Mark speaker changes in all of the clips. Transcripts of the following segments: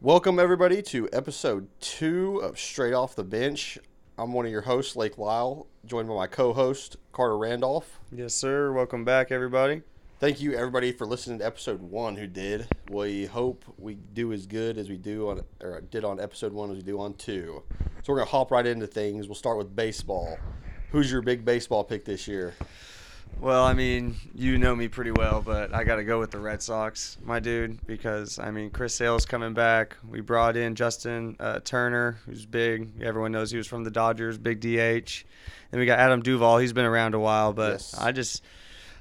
Speaker 1: Welcome, everybody, to episode two of Straight Off the Bench. I'm one of your hosts, Lake Lyle, joined by my co host, Carter Randolph.
Speaker 2: Yes, sir. Welcome back, everybody.
Speaker 1: Thank you, everybody, for listening to episode one. Who did? We hope we do as good as we do on or did on episode one as we do on two. So we're gonna hop right into things. We'll start with baseball. Who's your big baseball pick this year?
Speaker 2: Well, I mean, you know me pretty well, but I got to go with the Red Sox, my dude, because, I mean, Chris Sale's coming back. We brought in Justin uh, Turner, who's big. Everyone knows he was from the Dodgers, big DH. Then we got Adam Duvall. He's been around a while, but
Speaker 1: Yes.
Speaker 2: I just.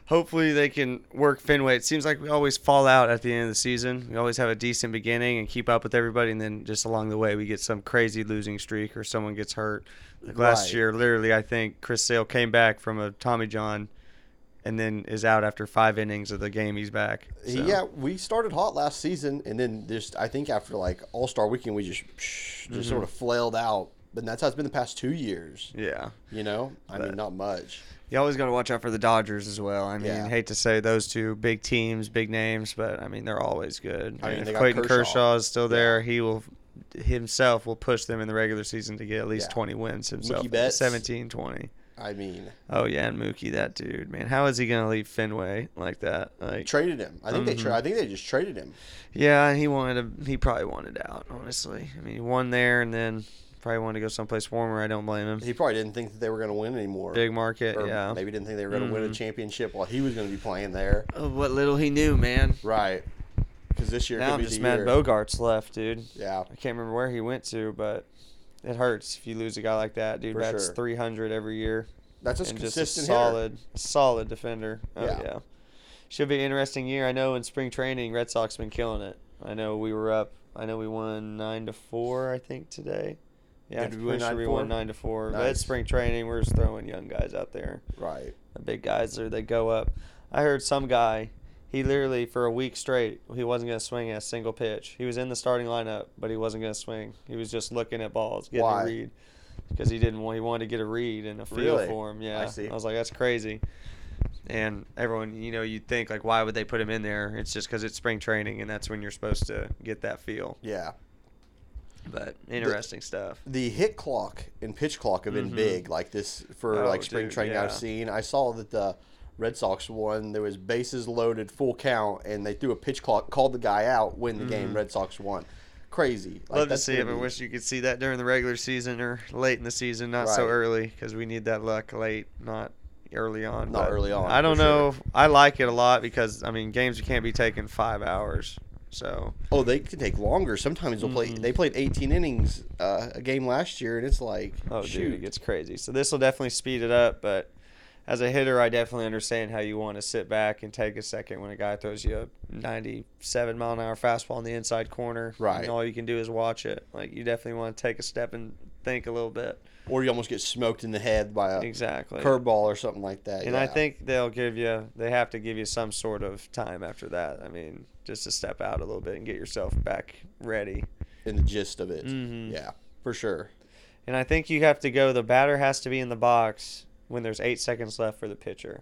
Speaker 2: Hopefully they can work Fenway. It seems like we always fall out at the end of the season. We always have a decent beginning and keep up with everybody, and then just along the way we get some crazy losing streak or someone gets hurt. Like last
Speaker 1: Right.
Speaker 2: year, literally, I think Chris Sale came back from a Tommy John, and then is out after five innings of the game. He's back. So,
Speaker 1: Yeah, we started hot last season, and then just I think after like All Star Weekend, we just just sort of flailed out. But that's how it's been the past two years.
Speaker 2: yeah.
Speaker 1: You know, I mean, not much.
Speaker 2: You always got to watch out for the Dodgers as well. I mean,
Speaker 1: Yeah.
Speaker 2: hate to say those two big teams, big names, but I mean they're always good.
Speaker 1: I
Speaker 2: I
Speaker 1: mean,
Speaker 2: mean,
Speaker 1: they
Speaker 2: if
Speaker 1: got
Speaker 2: Clayton
Speaker 1: Kershaw.
Speaker 2: Kershaw. is still there, he will himself will push them in the regular season to get at least
Speaker 1: Yeah.
Speaker 2: 20 wins himself.
Speaker 1: Mookie Betts.
Speaker 2: 17, 20.
Speaker 1: I mean,
Speaker 2: Oh yeah, and Mookie, that dude, man, how is he gonna leave Fenway like that? Like,
Speaker 1: traded him. I think
Speaker 2: Mm-hmm.
Speaker 1: they tra- I think they just traded him.
Speaker 2: yeah, and he wanted to, he probably wanted out. Honestly, I mean, he won there and then probably wanted to go someplace warmer. I don't blame him.
Speaker 1: He probably didn't think that they were going to win anymore.
Speaker 2: Big market,
Speaker 1: or
Speaker 2: yeah. Mm-hmm.
Speaker 1: maybe didn't think they were going to win a championship while he was going to be playing there.
Speaker 2: Of what little he knew, man.
Speaker 1: Right. Because this year
Speaker 2: Now
Speaker 1: could
Speaker 2: I'm
Speaker 1: be
Speaker 2: just
Speaker 1: the
Speaker 2: mad
Speaker 1: year.
Speaker 2: Bogarts left, dude.
Speaker 1: Yeah.
Speaker 2: I can't remember where he went to, but it hurts if you lose a guy like that, dude.
Speaker 1: For
Speaker 2: That's
Speaker 1: sure.
Speaker 2: 300 every year
Speaker 1: That's just
Speaker 2: and just a
Speaker 1: consistent hitter.
Speaker 2: solid, solid defender. Oh,
Speaker 1: Yeah.
Speaker 2: yeah. Should be an interesting year. I know in spring training, Red Sox been killing it. I know we were up. I know we won nine to four. I think today. Yeah,
Speaker 1: Did we
Speaker 2: I'm
Speaker 1: win
Speaker 2: pretty
Speaker 1: 9
Speaker 2: sure
Speaker 1: to
Speaker 2: we
Speaker 1: 4?
Speaker 2: won nine to four. But
Speaker 1: Nice.
Speaker 2: it's spring training. We're just throwing young guys out there
Speaker 1: Right.
Speaker 2: the big guys or they go up. I heard some guy, he literally for a week straight, he wasn't gonna swing a single pitch. He was in the starting lineup, but he wasn't gonna swing. He was just looking at balls, getting
Speaker 1: Why?
Speaker 2: a read, because he didn't want. He wanted to get a read and a feel
Speaker 1: Really?
Speaker 2: for him.
Speaker 1: I
Speaker 2: Yeah,
Speaker 1: see.
Speaker 2: I was like, that's crazy. And everyone, you know, you'd think like, why would they put him in there? It's just because it's spring training, and that's when you're supposed to get that feel.
Speaker 1: Yeah.
Speaker 2: But interesting stuff.
Speaker 1: The hit clock and pitch clock have been
Speaker 2: Mhm.
Speaker 1: big like this for
Speaker 2: Oh,
Speaker 1: like spring
Speaker 2: dude,
Speaker 1: training I've
Speaker 2: yeah.
Speaker 1: seen. I saw that the Red Sox won. There was bases loaded, full count, and they threw a pitch clock, called the guy out, win the game. Red Sox won. Crazy. Like,
Speaker 2: Mm-hmm. Love to
Speaker 1: that's
Speaker 2: see it,
Speaker 1: gonna
Speaker 2: but
Speaker 1: be-
Speaker 2: wish you could see that during the regular season or late in the season, not
Speaker 1: Right.
Speaker 2: so early, because we need that luck late, not early on.
Speaker 1: Not
Speaker 2: But
Speaker 1: early on,
Speaker 2: I don't
Speaker 1: for sure.
Speaker 2: know. if- I like it a lot because I mean, games can't be taking five hours. So
Speaker 1: Oh, they could take longer. Sometimes they'll play.
Speaker 2: Mm-hmm.
Speaker 1: They played 18 innings uh, a game last year, and it's like,
Speaker 2: oh,
Speaker 1: shoot,
Speaker 2: dude, it gets crazy. So this will definitely speed it up, but. As a hitter, I definitely understand how you want to sit back and take a second when a guy throws you a 97 mile an hour fastball in the inside corner.
Speaker 1: Right.
Speaker 2: And all you can do is watch it. Like, you definitely want to take a step and think a little bit.
Speaker 1: or you almost get smoked in the head by a
Speaker 2: Exactly.
Speaker 1: curveball or something like that.
Speaker 2: And I
Speaker 1: yeah.
Speaker 2: think they'll give you, they have to give you some sort of time after that. I mean, just to step out a little bit and get yourself back ready.
Speaker 1: in the gist of it,
Speaker 2: Mhm.
Speaker 1: yeah, for sure.
Speaker 2: And I think you have to go, the batter has to be in the box when there's eight seconds left for the pitcher.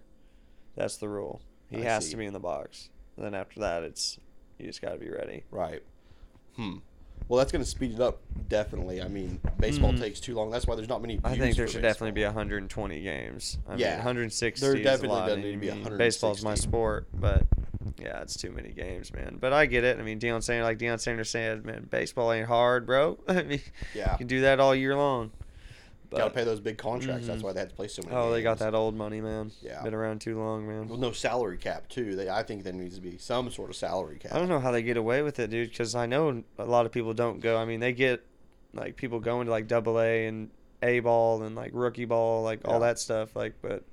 Speaker 2: That's the rule. He
Speaker 1: I
Speaker 2: has
Speaker 1: see.
Speaker 2: to be in the box. And then after that, it's, you just got to be ready.
Speaker 1: Right. Hmm. Well, that's going to speed it up definitely. I mean, baseball
Speaker 2: Mhm.
Speaker 1: takes too long. That's why there's not many.
Speaker 2: I
Speaker 1: views
Speaker 2: think there
Speaker 1: for
Speaker 2: should
Speaker 1: baseball.
Speaker 2: definitely be 120 games. I
Speaker 1: Yeah.
Speaker 2: mean, 160.
Speaker 1: There
Speaker 2: is
Speaker 1: definitely
Speaker 2: a lot.
Speaker 1: does
Speaker 2: I
Speaker 1: need to be
Speaker 2: mean, Baseball's my
Speaker 1: 160.
Speaker 2: sport, but yeah, it's too many games, man. But I get it. I mean, Deion Sanders, like Deion Sanders said, man, baseball ain't hard, bro. I mean,
Speaker 1: Yeah.
Speaker 2: you can do that all year long.
Speaker 1: Got to
Speaker 2: But
Speaker 1: pay those big contracts. That's
Speaker 2: Mhm.
Speaker 1: why they had to play so many.
Speaker 2: oh, they got
Speaker 1: games.
Speaker 2: that old money, man.
Speaker 1: Yeah.
Speaker 2: been around too long, man.
Speaker 1: With no salary cap too. They, I think there needs to be some sort of salary cap.
Speaker 2: I don't know how they get away with it, dude. Because I know a lot of people don't go. I mean, they get like people going to like double A and A ball and like rookie ball, like all
Speaker 1: Yeah.
Speaker 2: that stuff. Like, but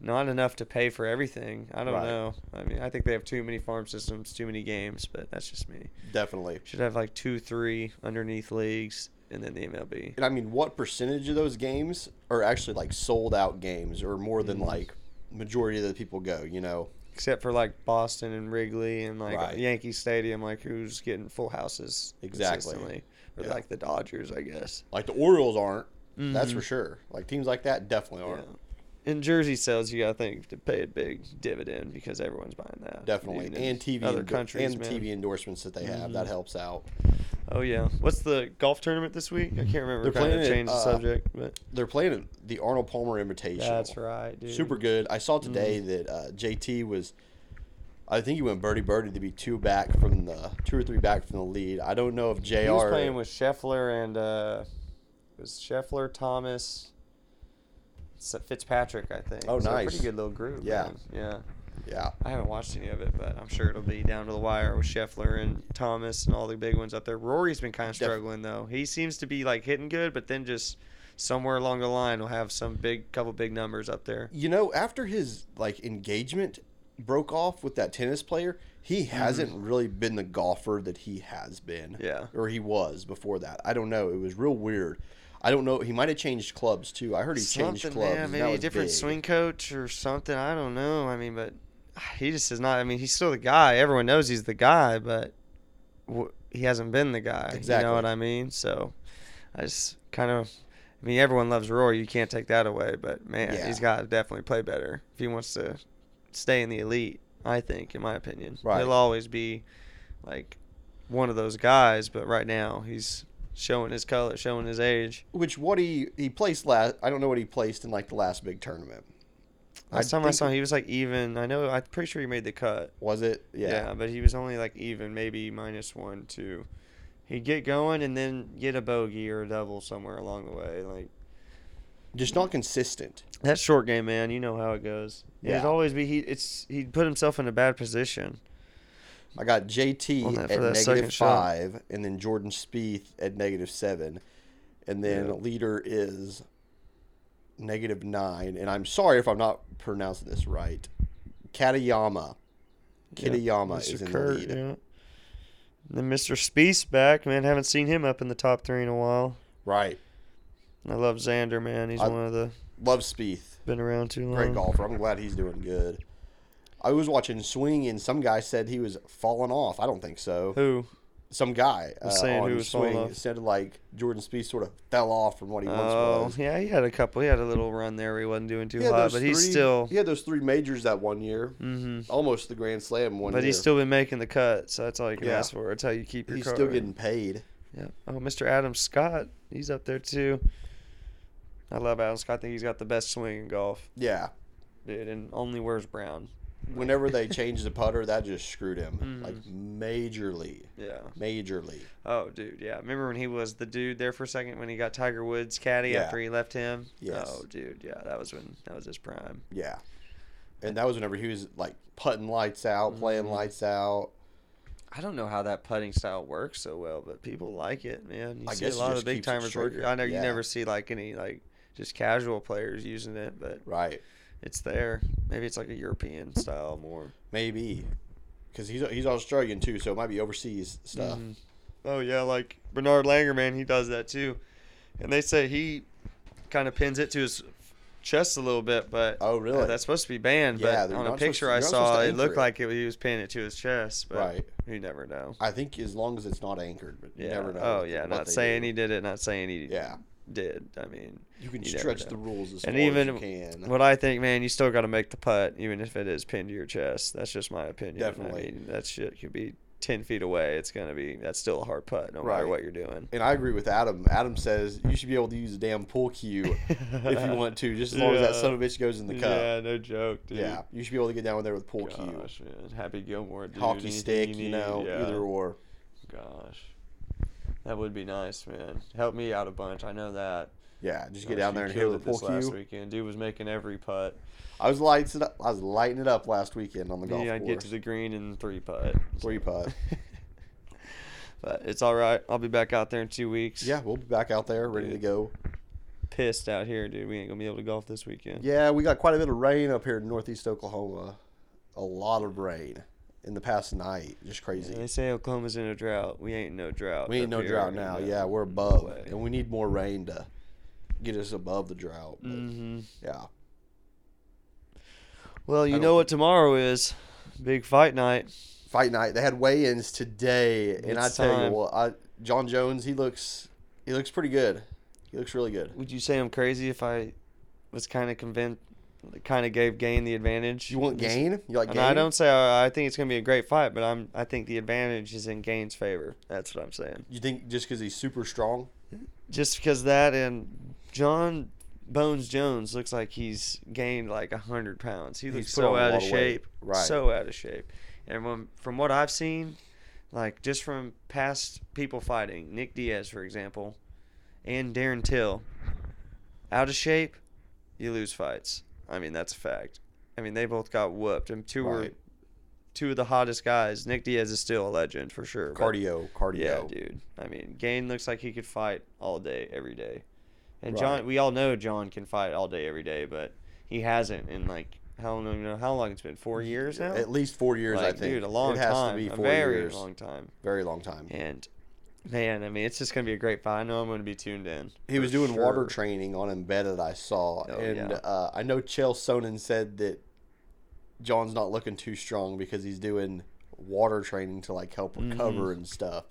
Speaker 2: not enough to pay for everything. I don't
Speaker 1: Right.
Speaker 2: know. I mean, I think they have too many farm systems, too many games. But that's just me.
Speaker 1: Definitely.
Speaker 2: Should have like two, three underneath leagues, and then the MLB.
Speaker 1: And I mean, what percentage of those games are actually like sold out games, or more than
Speaker 2: Mhm.
Speaker 1: like majority of the people go? You know,
Speaker 2: Except for like Boston and Wrigley and like
Speaker 1: Right.
Speaker 2: Yankee Stadium, like who's getting full houses
Speaker 1: Exactly.
Speaker 2: consistently, or
Speaker 1: Yeah.
Speaker 2: like the Dodgers, I guess.
Speaker 1: like the Orioles aren't. That's
Speaker 2: Mhm.
Speaker 1: for sure. Like teams like that definitely
Speaker 2: Yeah.
Speaker 1: aren't.
Speaker 2: in jersey sales, you gotta think to pay a big dividend because everyone's buying that.
Speaker 1: Definitely.
Speaker 2: Even in
Speaker 1: And TV
Speaker 2: other
Speaker 1: endo-
Speaker 2: countries,
Speaker 1: and
Speaker 2: man. Mm-hmm.
Speaker 1: TV endorsements that they have. That helps out.
Speaker 2: Oh yeah. What's the golf tournament this week? I can't
Speaker 1: They're
Speaker 2: remember. We're trying
Speaker 1: playing
Speaker 2: to
Speaker 1: it,
Speaker 2: change the
Speaker 1: uh,
Speaker 2: subject, but
Speaker 1: They're playing the Arnold Palmer Invitational.
Speaker 2: that's right, dude. Mm-hmm.
Speaker 1: Super good. I saw today that uh, JT was, I think he went birdie birdie to be two back from the two or three back from the lead. I don't know if Jr.
Speaker 2: He was playing with Scheffler and uh, it was Scheffler, Thomas, S- Fitzpatrick, I think.
Speaker 1: Oh,
Speaker 2: So a
Speaker 1: nice.
Speaker 2: pretty good little group.
Speaker 1: Yeah.
Speaker 2: man. yeah.
Speaker 1: yeah,
Speaker 2: I haven't watched any of it, but I'm sure it'll be down to the wire with Scheffler and Thomas and all the big ones up there. Rory's been kind of
Speaker 1: Def-
Speaker 2: struggling though. He seems to be like hitting good, but then just somewhere along the line will have some big couple big numbers up there.
Speaker 1: you know after his like engagement broke off with that tennis player, he hasn't really been the golfer that he has been.
Speaker 2: Mm-hmm. Yeah.
Speaker 1: or he was before that. I don't know. It was real weird. I don't know. He might have changed clubs too. I heard he changed clubs.
Speaker 2: man,
Speaker 1: and that
Speaker 2: maybe a
Speaker 1: was
Speaker 2: different
Speaker 1: big.
Speaker 2: swing coach or something. I don't know. I mean, but ah, he just is not. I mean, he's still the guy. Everyone knows he's the guy, but w- he hasn't been the guy. You
Speaker 1: Exactly.
Speaker 2: know what I mean? So I just kind of. I mean, everyone loves Rory. You can't take that away. But man,
Speaker 1: Yeah.
Speaker 2: he's got to definitely play better if he wants to stay in the elite. I think, in my opinion,
Speaker 1: Right.
Speaker 2: he'll always be like one of those guys. But right now, he's showing his color, showing his age.
Speaker 1: Which what he he placed last. I don't know what he placed in like the last big tournament.
Speaker 2: Last time I
Speaker 1: think-
Speaker 2: saw him, he was like even. I know. I'm pretty sure he made the cut.
Speaker 1: Was it?
Speaker 2: Yeah. but he was only like even, maybe minus one, two. He'd get going and then get a bogey or a double somewhere along the way. Like
Speaker 1: just not consistent.
Speaker 2: that short game, man. You know how it goes.
Speaker 1: Yeah.
Speaker 2: He'd always be. He it's he'd put himself in a bad position.
Speaker 1: I got JT
Speaker 2: On that-
Speaker 1: at
Speaker 2: for that second
Speaker 1: negative
Speaker 2: shot.
Speaker 1: five, and then Jordan Spieth at negative seven, and then
Speaker 2: Yeah.
Speaker 1: leader is negative nine. And I'm sorry if I'm not pronouncing this right. Katayama,
Speaker 2: Yeah,
Speaker 1: Kitayama
Speaker 2: Mr.
Speaker 1: is in
Speaker 2: Kurt,
Speaker 1: the lead.
Speaker 2: yeah. Then Mr. Spieth's back, man. Haven't seen him up in the top three in a while.
Speaker 1: Right,
Speaker 2: I love Xander, man. He's
Speaker 1: I-
Speaker 2: one of the
Speaker 1: love Spieth.
Speaker 2: been around too long.
Speaker 1: Great golfer. I'm glad he's doing good. I was watching swing, and some guy said he was falling off. I don't think so.
Speaker 2: Who?
Speaker 1: Some guy uh,
Speaker 2: Was saying
Speaker 1: on
Speaker 2: who was falling
Speaker 1: swing
Speaker 2: off.
Speaker 1: said like Jordan Spieth sort of fell off from what he once
Speaker 2: Oh,
Speaker 1: was.
Speaker 2: yeah, he had a couple. He had a little run there where he wasn't doing too
Speaker 1: He had
Speaker 2: hot,
Speaker 1: those
Speaker 2: but he's
Speaker 1: three-
Speaker 2: still.
Speaker 1: He had those three majors that one year,
Speaker 2: hmm
Speaker 1: almost the Grand Slam one
Speaker 2: But
Speaker 1: year.
Speaker 2: he's still been making the cut, so that's all you can
Speaker 1: Yeah.
Speaker 2: ask for. That's how you keep your
Speaker 1: he's
Speaker 2: card.
Speaker 1: still getting paid.
Speaker 2: Yeah. Oh, Mr. Adam Scott, he's up there too. I love Adam Scott. I think he's got the best swing in golf,
Speaker 1: Yeah.
Speaker 2: dude, and only wears brown.
Speaker 1: Whenever they changed the putter, that just screwed him
Speaker 2: Mm.
Speaker 1: like majorly,
Speaker 2: Yeah.
Speaker 1: majorly.
Speaker 2: Oh, dude. Yeah. Remember when he was the dude there for a second when he got Tiger Woods caddy
Speaker 1: Yeah.
Speaker 2: after he left him?
Speaker 1: Yes.
Speaker 2: Oh, dude. Yeah, that was when that was his prime.
Speaker 1: Yeah. And that was whenever he was like putting lights out, playing
Speaker 2: Mm.
Speaker 1: lights out.
Speaker 2: I don't know how that putting style works so well, but people like it, man. You
Speaker 1: I
Speaker 2: see
Speaker 1: guess
Speaker 2: a
Speaker 1: it
Speaker 2: lot of
Speaker 1: just
Speaker 2: the big
Speaker 1: keeps it
Speaker 2: timers. like-
Speaker 1: shorter,
Speaker 2: I know
Speaker 1: yeah.
Speaker 2: you never see like any like just casual players using it, but
Speaker 1: Right.
Speaker 2: it's there. Maybe it's like a European style more.
Speaker 1: Maybe. Because he's he's Australian too, so it might be overseas stuff.
Speaker 2: Mhm. Oh yeah, like Bernard Langer, man, he does that too, and they say he kind of pins it to his chest a little bit, but uh,
Speaker 1: Oh, really?
Speaker 2: that's supposed to be banned.
Speaker 1: Yeah,
Speaker 2: but
Speaker 1: they're
Speaker 2: on a
Speaker 1: not supposed to-
Speaker 2: picture
Speaker 1: you're
Speaker 2: I
Speaker 1: not supposed
Speaker 2: saw,
Speaker 1: to
Speaker 2: it looked
Speaker 1: anchor it.
Speaker 2: like it, he was pinning it to his chest, but
Speaker 1: Right.
Speaker 2: you never know.
Speaker 1: I think as long as it's not anchored, but you
Speaker 2: Yeah.
Speaker 1: never know.
Speaker 2: Oh yeah,
Speaker 1: what
Speaker 2: not
Speaker 1: they
Speaker 2: saying
Speaker 1: do.
Speaker 2: he did it, not saying he
Speaker 1: Yeah.
Speaker 2: did. I mean,
Speaker 1: You can
Speaker 2: you never
Speaker 1: stretch
Speaker 2: know.
Speaker 1: the rules as
Speaker 2: And
Speaker 1: far
Speaker 2: even
Speaker 1: as you can.
Speaker 2: what I think, man, you still got to make the putt, even if it is pinned to your chest. That's just my opinion.
Speaker 1: Definitely.
Speaker 2: I mean, that shit could be ten feet away. It's gonna be that's still a hard putt, no
Speaker 1: Right.
Speaker 2: matter what you're doing.
Speaker 1: and I agree with Adam. Adam says you should be able to use a damn pull cue if you want to, just as long as that
Speaker 2: Yeah.
Speaker 1: son of a bitch goes in the cup.
Speaker 2: Yeah, no joke,
Speaker 1: Yeah.
Speaker 2: dude.
Speaker 1: you should be able to get down there with pull cue,
Speaker 2: Gosh, man. Happy Gilmore, dude.
Speaker 1: hockey
Speaker 2: Anything
Speaker 1: stick, you
Speaker 2: need,
Speaker 1: know,
Speaker 2: yeah.
Speaker 1: either or.
Speaker 2: Gosh, that would be nice, man. Help me out a bunch. I know that.
Speaker 1: Yeah, just get
Speaker 2: Gosh,
Speaker 1: down
Speaker 2: you
Speaker 1: there and hit
Speaker 2: killed
Speaker 1: with a
Speaker 2: it
Speaker 1: pull
Speaker 2: this last
Speaker 1: cue.
Speaker 2: weekend. Dude was making every putt.
Speaker 1: I was lights it up. I was lighting it up last weekend on the golf
Speaker 2: yeah, I'd
Speaker 1: course.
Speaker 2: get to the green and three putt.
Speaker 1: Three putt.
Speaker 2: but it's all right. I'll be back out there in two weeks.
Speaker 1: Yeah, we'll be back out there ready to
Speaker 2: Dude.
Speaker 1: go.
Speaker 2: Pissed out here, dude. We ain't gonna be able to golf this weekend.
Speaker 1: Yeah, we got quite a bit of rain up here in northeast Oklahoma. A lot of rain in the past night. Just crazy.
Speaker 2: They say Oklahoma's in a drought. We ain't no drought.
Speaker 1: We ain't
Speaker 2: up
Speaker 1: no
Speaker 2: here,
Speaker 1: drought
Speaker 2: you
Speaker 1: now.
Speaker 2: know.
Speaker 1: Yeah, we're above,
Speaker 2: way.
Speaker 1: and we need more rain to get us above the drought. but
Speaker 2: Mhm.
Speaker 1: Yeah,
Speaker 2: Well, you
Speaker 1: don't
Speaker 2: know what tomorrow is? Big fight night.
Speaker 1: fight night. They had weigh-ins today, and I
Speaker 2: It's
Speaker 1: tell
Speaker 2: time.
Speaker 1: you what, I, John Jones, he looks, he looks pretty good. He looks really good.
Speaker 2: Would you say I'm crazy if I was kind of convinced kind of gave Gain the advantage.
Speaker 1: You want
Speaker 2: Just-
Speaker 1: Gain? You like
Speaker 2: And
Speaker 1: Gain?
Speaker 2: I don't say uh, I, I think it's gonna be a great fight, but I'm I think the advantage is in Gain's favor. That's what I'm saying.
Speaker 1: You think just because he's super strong?
Speaker 2: Just because that and John Bones Jones looks like he's gained like a hundred pounds. He
Speaker 1: He's
Speaker 2: looks
Speaker 1: put
Speaker 2: so
Speaker 1: on a
Speaker 2: out
Speaker 1: lot
Speaker 2: of
Speaker 1: of weight.
Speaker 2: shape,
Speaker 1: Right.
Speaker 2: So out of shape. And when, from what I've seen, like just from past people fighting, Nick Diaz for example, and Darren Till, out of shape, you lose fights. I mean that's a fact. I mean they both got whooped, and two were
Speaker 1: Right.
Speaker 2: two of the hottest guys. Nick Diaz is still a legend for sure. but-
Speaker 1: Cardio, cardio.
Speaker 2: yeah, dude. I mean, Gain looks like he could fight all day, every day. And
Speaker 1: Right.
Speaker 2: John, we all know John can fight all day, every day, but he hasn't in like how long? You know how long it's been? Four years now.
Speaker 1: At least four years, I
Speaker 2: Like,
Speaker 1: think.
Speaker 2: Dude, a long
Speaker 1: It has
Speaker 2: time.
Speaker 1: to be
Speaker 2: a
Speaker 1: four
Speaker 2: very
Speaker 1: years.
Speaker 2: long time.
Speaker 1: Very long time.
Speaker 2: And man, I mean, it's just gonna be a great fight. I know I'm gonna be tuned in.
Speaker 1: He
Speaker 2: for
Speaker 1: was doing water
Speaker 2: sure.
Speaker 1: training on embedded. I saw,
Speaker 2: Oh,
Speaker 1: and
Speaker 2: yeah.
Speaker 1: uh, I know Chael Sonnen said that John's not looking too strong because he's doing water training to like help
Speaker 2: Mm-hmm.
Speaker 1: recover and stuff.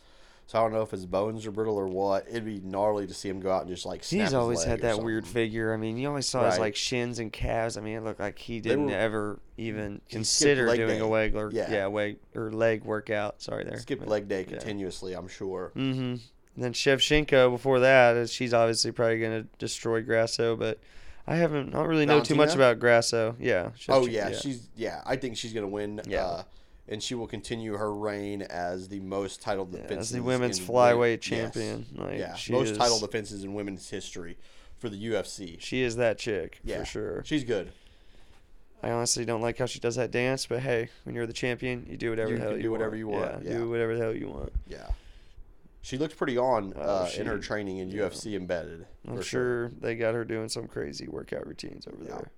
Speaker 1: So I don't know if his bones are brittle or what. It'd be gnarly to see him go out and just like. Snap
Speaker 2: He's
Speaker 1: his
Speaker 2: always
Speaker 1: leg
Speaker 2: had
Speaker 1: or
Speaker 2: that weird
Speaker 1: something.
Speaker 2: figure. I mean, you always saw his
Speaker 1: Right.
Speaker 2: like shins and calves. I mean, it looked like he didn't
Speaker 1: were-
Speaker 2: ever even
Speaker 1: skipped
Speaker 2: consider
Speaker 1: leg
Speaker 2: doing
Speaker 1: day.
Speaker 2: a leg or
Speaker 1: Yeah.
Speaker 2: yeah, leg or leg workout. Sorry there.
Speaker 1: Skip
Speaker 2: But-
Speaker 1: leg day
Speaker 2: yeah.
Speaker 1: continuously. I'm sure.
Speaker 2: Mm-hmm. And then Shevchenko before that, uh, she's obviously probably going to destroy Grasso, but I haven't not really know too much
Speaker 1: Valentina?
Speaker 2: about Grasso. Yeah.
Speaker 1: Oh
Speaker 2: Shevchen-
Speaker 1: yeah, she's yeah. I think she's gonna win.
Speaker 2: Yeah.
Speaker 1: Uh, and she will continue her reign as the most title
Speaker 2: Yeah,
Speaker 1: defenses.
Speaker 2: That's the women's
Speaker 1: in wo-
Speaker 2: flyweight
Speaker 1: Yes.
Speaker 2: champion. Like,
Speaker 1: yeah,
Speaker 2: she
Speaker 1: most
Speaker 2: is,
Speaker 1: title defenses in women's history for the UFC.
Speaker 2: She is that chick
Speaker 1: Yeah.
Speaker 2: for sure.
Speaker 1: She's good.
Speaker 2: I honestly don't like how she does that dance, but hey, when you're the champion, you do whatever
Speaker 1: You
Speaker 2: the hell
Speaker 1: can
Speaker 2: you
Speaker 1: do whatever
Speaker 2: want.
Speaker 1: you want, yeah.
Speaker 2: do whatever the hell you want.
Speaker 1: Yeah, she looks pretty on
Speaker 2: Oh,
Speaker 1: uh,
Speaker 2: she-
Speaker 1: in her training in
Speaker 2: yeah.
Speaker 1: UFC embedded.
Speaker 2: I'm
Speaker 1: for
Speaker 2: sure they got her doing some crazy workout routines over
Speaker 1: Yeah.
Speaker 2: there.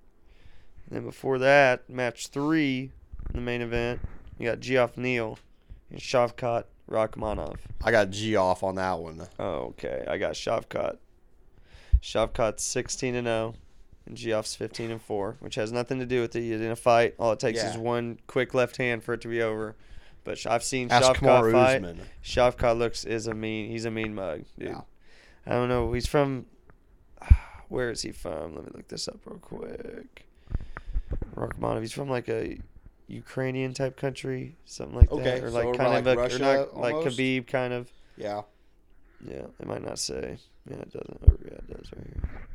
Speaker 2: And then before that, match three, the main event, you got Geoff Neal and Shavkat Rachmanov.
Speaker 1: I got G off on that one.
Speaker 2: Oh, okay. I got Shavkat. Shavkat's 16 and 0, and Geoff's 15 and 4, which has nothing to do with it. You didn't fight. All it takes is
Speaker 1: Yeah.
Speaker 2: one quick left hand for it to be over. But Sh- I've seen
Speaker 1: Ask
Speaker 2: Shavkat
Speaker 1: Kamaru
Speaker 2: fight.
Speaker 1: Usman.
Speaker 2: Shavkat looks is a mean. He's a mean mug, dude.
Speaker 1: Yeah.
Speaker 2: I don't know. He's from. Where is he from? Let me look this up real quick. Rachmanov. He's from like a Ukrainian type country, something like
Speaker 1: Okay,
Speaker 2: that, or
Speaker 1: so
Speaker 2: like
Speaker 1: we're
Speaker 2: kind
Speaker 1: like
Speaker 2: of a,
Speaker 1: Russia
Speaker 2: or not, like
Speaker 1: almost?
Speaker 2: Khabib kind of.
Speaker 1: Yeah,
Speaker 2: Yeah, it might not say. Yeah, it doesn't. Oh, yeah, it does right here.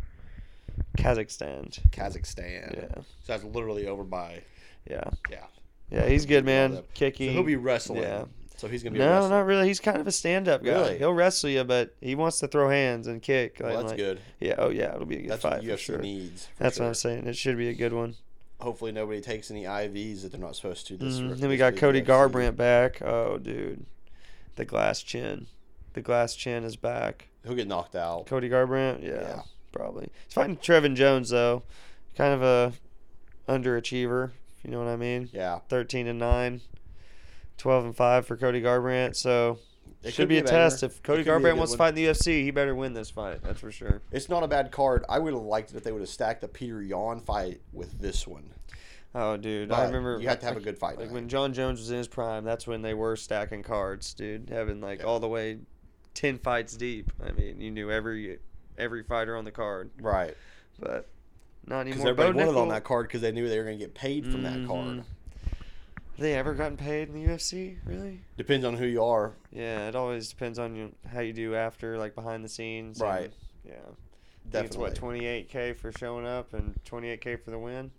Speaker 2: Kazakhstan.
Speaker 1: Kazakhstan.
Speaker 2: Yeah,
Speaker 1: So that's literally over by.
Speaker 2: yeah,
Speaker 1: Yeah.
Speaker 2: yeah. He's good, man.
Speaker 1: them. So
Speaker 2: Kicky.
Speaker 1: he'll be wrestling.
Speaker 2: yeah.
Speaker 1: So he's gonna be. a
Speaker 2: no,
Speaker 1: wrestler.
Speaker 2: not really. He's kind of a stand-up guy.
Speaker 1: Really?
Speaker 2: He'll wrestle you, but he wants to throw hands and kick.
Speaker 1: Well,
Speaker 2: like-
Speaker 1: that's
Speaker 2: like-
Speaker 1: good.
Speaker 2: Yeah. Oh, yeah. It'll be a good
Speaker 1: That's
Speaker 2: fight
Speaker 1: what
Speaker 2: for
Speaker 1: UFC
Speaker 2: sure.
Speaker 1: needs. for
Speaker 2: That's what
Speaker 1: sure.
Speaker 2: I'm saying. It should be a good one.
Speaker 1: Hopefully nobody takes any IVs that they're not supposed to. This
Speaker 2: Mhm.
Speaker 1: this
Speaker 2: Then we got
Speaker 1: big
Speaker 2: Cody
Speaker 1: UFC.
Speaker 2: Garbrandt back. Oh, dude, the glass chin. The glass chin is back.
Speaker 1: He'll get knocked out.
Speaker 2: Cody Garbrandt, yeah,
Speaker 1: Yeah.
Speaker 2: probably. He's fighting Trevin Jones though, kind of a underachiever. If you know what I mean.
Speaker 1: Yeah,
Speaker 2: Thirteen and nine. 12 and 5 for Cody Garbrandt, so
Speaker 1: It
Speaker 2: it
Speaker 1: could
Speaker 2: should be a
Speaker 1: banger.
Speaker 2: test.
Speaker 1: It
Speaker 2: If Cody
Speaker 1: could be a
Speaker 2: Garbrandt
Speaker 1: good
Speaker 2: wants to
Speaker 1: one.
Speaker 2: fight in the UFC, he better win this fight. That's for sure.
Speaker 1: it's not a bad card. I would have liked it if they would have stacked the Peter Yan fight with this one.
Speaker 2: Oh, dude,
Speaker 1: But
Speaker 2: I remember
Speaker 1: you have to have a good fight.
Speaker 2: like
Speaker 1: night.
Speaker 2: when John Jones was in his prime. That's when they were stacking cards, dude, having like
Speaker 1: Yeah.
Speaker 2: all the way ten fights deep. I mean, you knew every every fighter on the card,
Speaker 1: right?
Speaker 2: but not
Speaker 1: Because
Speaker 2: anymore.
Speaker 1: everybody
Speaker 2: Bo
Speaker 1: wanted on
Speaker 2: Nickel-
Speaker 1: that card because they knew they were going to get paid from that card.
Speaker 2: Mhm. They ever gotten paid in the UFC? Really?
Speaker 1: Depends on who you are.
Speaker 2: Yeah, it always depends on you, how you do after, like behind the scenes. and-
Speaker 1: Right.
Speaker 2: yeah. I think it's
Speaker 1: Definitely
Speaker 2: what twenty eight k for showing up and twenty eight k for the win.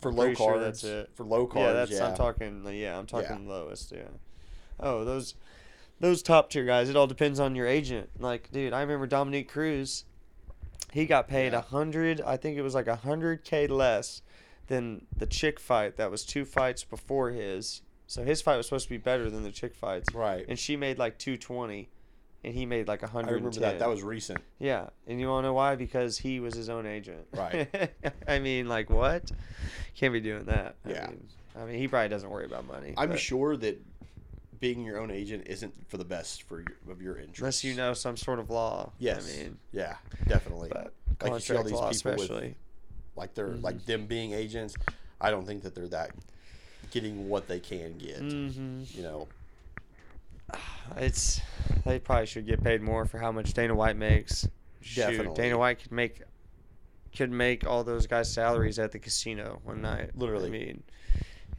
Speaker 1: for
Speaker 2: I'm
Speaker 1: low
Speaker 2: pretty
Speaker 1: cards.
Speaker 2: sure that's it.
Speaker 1: For low cards.
Speaker 2: yeah, that's
Speaker 1: yeah.
Speaker 2: I'm talking. Yeah, I'm talking lowest. Yeah. Oh, those those top tier guys. It all depends on your agent. Like, dude, I remember Dominique Cruz. He got paid a
Speaker 1: Yeah.
Speaker 2: hundred. I think it was like a hundred k less than the chick fight. That was two fights before his. So his fight was supposed to be better than the chick fights,
Speaker 1: Right.
Speaker 2: and she made like two twenty, and he made like a
Speaker 1: I
Speaker 2: hundred.
Speaker 1: remember that. That was recent.
Speaker 2: Yeah, and you want to know why? Because he was his own agent.
Speaker 1: Right.
Speaker 2: I mean, like what? Can't be doing that.
Speaker 1: Yeah.
Speaker 2: I mean, I mean, he probably doesn't worry about money.
Speaker 1: I'm
Speaker 2: but
Speaker 1: sure that being your own agent isn't for the best for your, of your interests.
Speaker 2: Unless you know some sort of law.
Speaker 1: Yes.
Speaker 2: I mean,
Speaker 1: Yeah, definitely.
Speaker 2: but
Speaker 1: Like you see all
Speaker 2: contract
Speaker 1: these people
Speaker 2: law,
Speaker 1: with-
Speaker 2: especially. Mm-hmm.
Speaker 1: like they're like them being agents. I don't think that they're that getting what they can get.
Speaker 2: hmm
Speaker 1: You know,
Speaker 2: It's they probably should get paid more for how much Dana White makes. Shoot,
Speaker 1: Definitely.
Speaker 2: Dana White could make could make all those guys' salaries at the casino one night.
Speaker 1: Literally.
Speaker 2: I mean,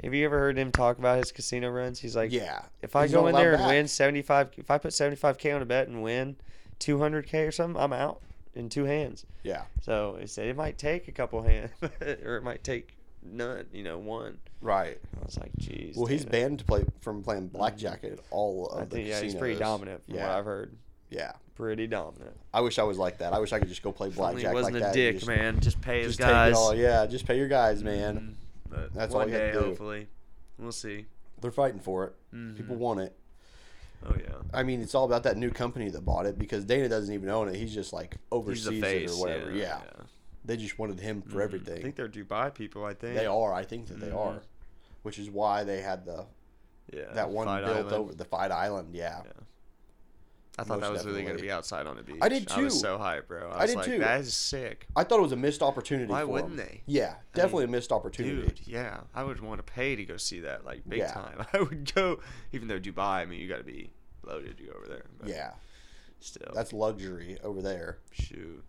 Speaker 2: have you ever heard him talk about his casino runs? He's like,
Speaker 1: yeah.
Speaker 2: if I
Speaker 1: He's
Speaker 2: go
Speaker 1: not
Speaker 2: in there
Speaker 1: allowed
Speaker 2: and win
Speaker 1: back.
Speaker 2: 75, if I put 75K on a bet and win 200K or something, I'm out in two hands.
Speaker 1: Yeah.
Speaker 2: So he said it might take a couple hands, or it might take none, you know, one.
Speaker 1: Right.
Speaker 2: I was like, jeez.
Speaker 1: Well, he's
Speaker 2: Dana.
Speaker 1: banned to play from playing blackjack at all of
Speaker 2: Mm-hmm. I
Speaker 1: the
Speaker 2: think, yeah, he's pretty
Speaker 1: casinos.
Speaker 2: dominant from what
Speaker 1: Yeah.
Speaker 2: I've heard.
Speaker 1: Yeah.
Speaker 2: Pretty dominant.
Speaker 1: I wish I was like that. I wish I could just go play
Speaker 2: If only
Speaker 1: blackjack
Speaker 2: he wasn't
Speaker 1: like
Speaker 2: a
Speaker 1: that.
Speaker 2: dick,
Speaker 1: and just,
Speaker 2: man. Just pay his
Speaker 1: Just
Speaker 2: guys.
Speaker 1: take it all. Yeah. Just pay your guys, man.
Speaker 2: Mhm. But
Speaker 1: That's all
Speaker 2: one
Speaker 1: you have
Speaker 2: day,
Speaker 1: to do.
Speaker 2: hopefully, we'll see. Mm-hmm.
Speaker 1: They're fighting for it. People want it.
Speaker 2: Oh yeah,
Speaker 1: I mean, it's all about that new company that bought it because Dana doesn't even own it. He's just like
Speaker 2: he's
Speaker 1: oversees
Speaker 2: the face.
Speaker 1: it or whatever. Yeah,
Speaker 2: Yeah,
Speaker 1: They just wanted him for
Speaker 2: Mhm. I
Speaker 1: everything.
Speaker 2: think they're Dubai people. I think
Speaker 1: They are. I think that they
Speaker 2: Mhm.
Speaker 1: are, which is why they had the
Speaker 2: Yeah,
Speaker 1: that one
Speaker 2: Fight
Speaker 1: built
Speaker 2: Island.
Speaker 1: over the Fight Island. Yeah.
Speaker 2: Yeah. I thought that
Speaker 1: most
Speaker 2: was really gonna
Speaker 1: definitely.
Speaker 2: be outside on a beach.
Speaker 1: I did
Speaker 2: I was
Speaker 1: too.
Speaker 2: so hyped, bro. I,
Speaker 1: I
Speaker 2: was
Speaker 1: did
Speaker 2: like,
Speaker 1: too.
Speaker 2: That is sick,
Speaker 1: I thought it was a missed opportunity.
Speaker 2: Why
Speaker 1: for
Speaker 2: wouldn't
Speaker 1: 'em.
Speaker 2: they?
Speaker 1: Yeah, definitely a missed opportunity.
Speaker 2: dude. Yeah, I would want to pay to go see that, like big
Speaker 1: Yeah.
Speaker 2: time. I would go, even though Dubai. I mean, you got to be loaded to go over there. but
Speaker 1: Yeah,
Speaker 2: still,
Speaker 1: that's luxury over there.
Speaker 2: shoot.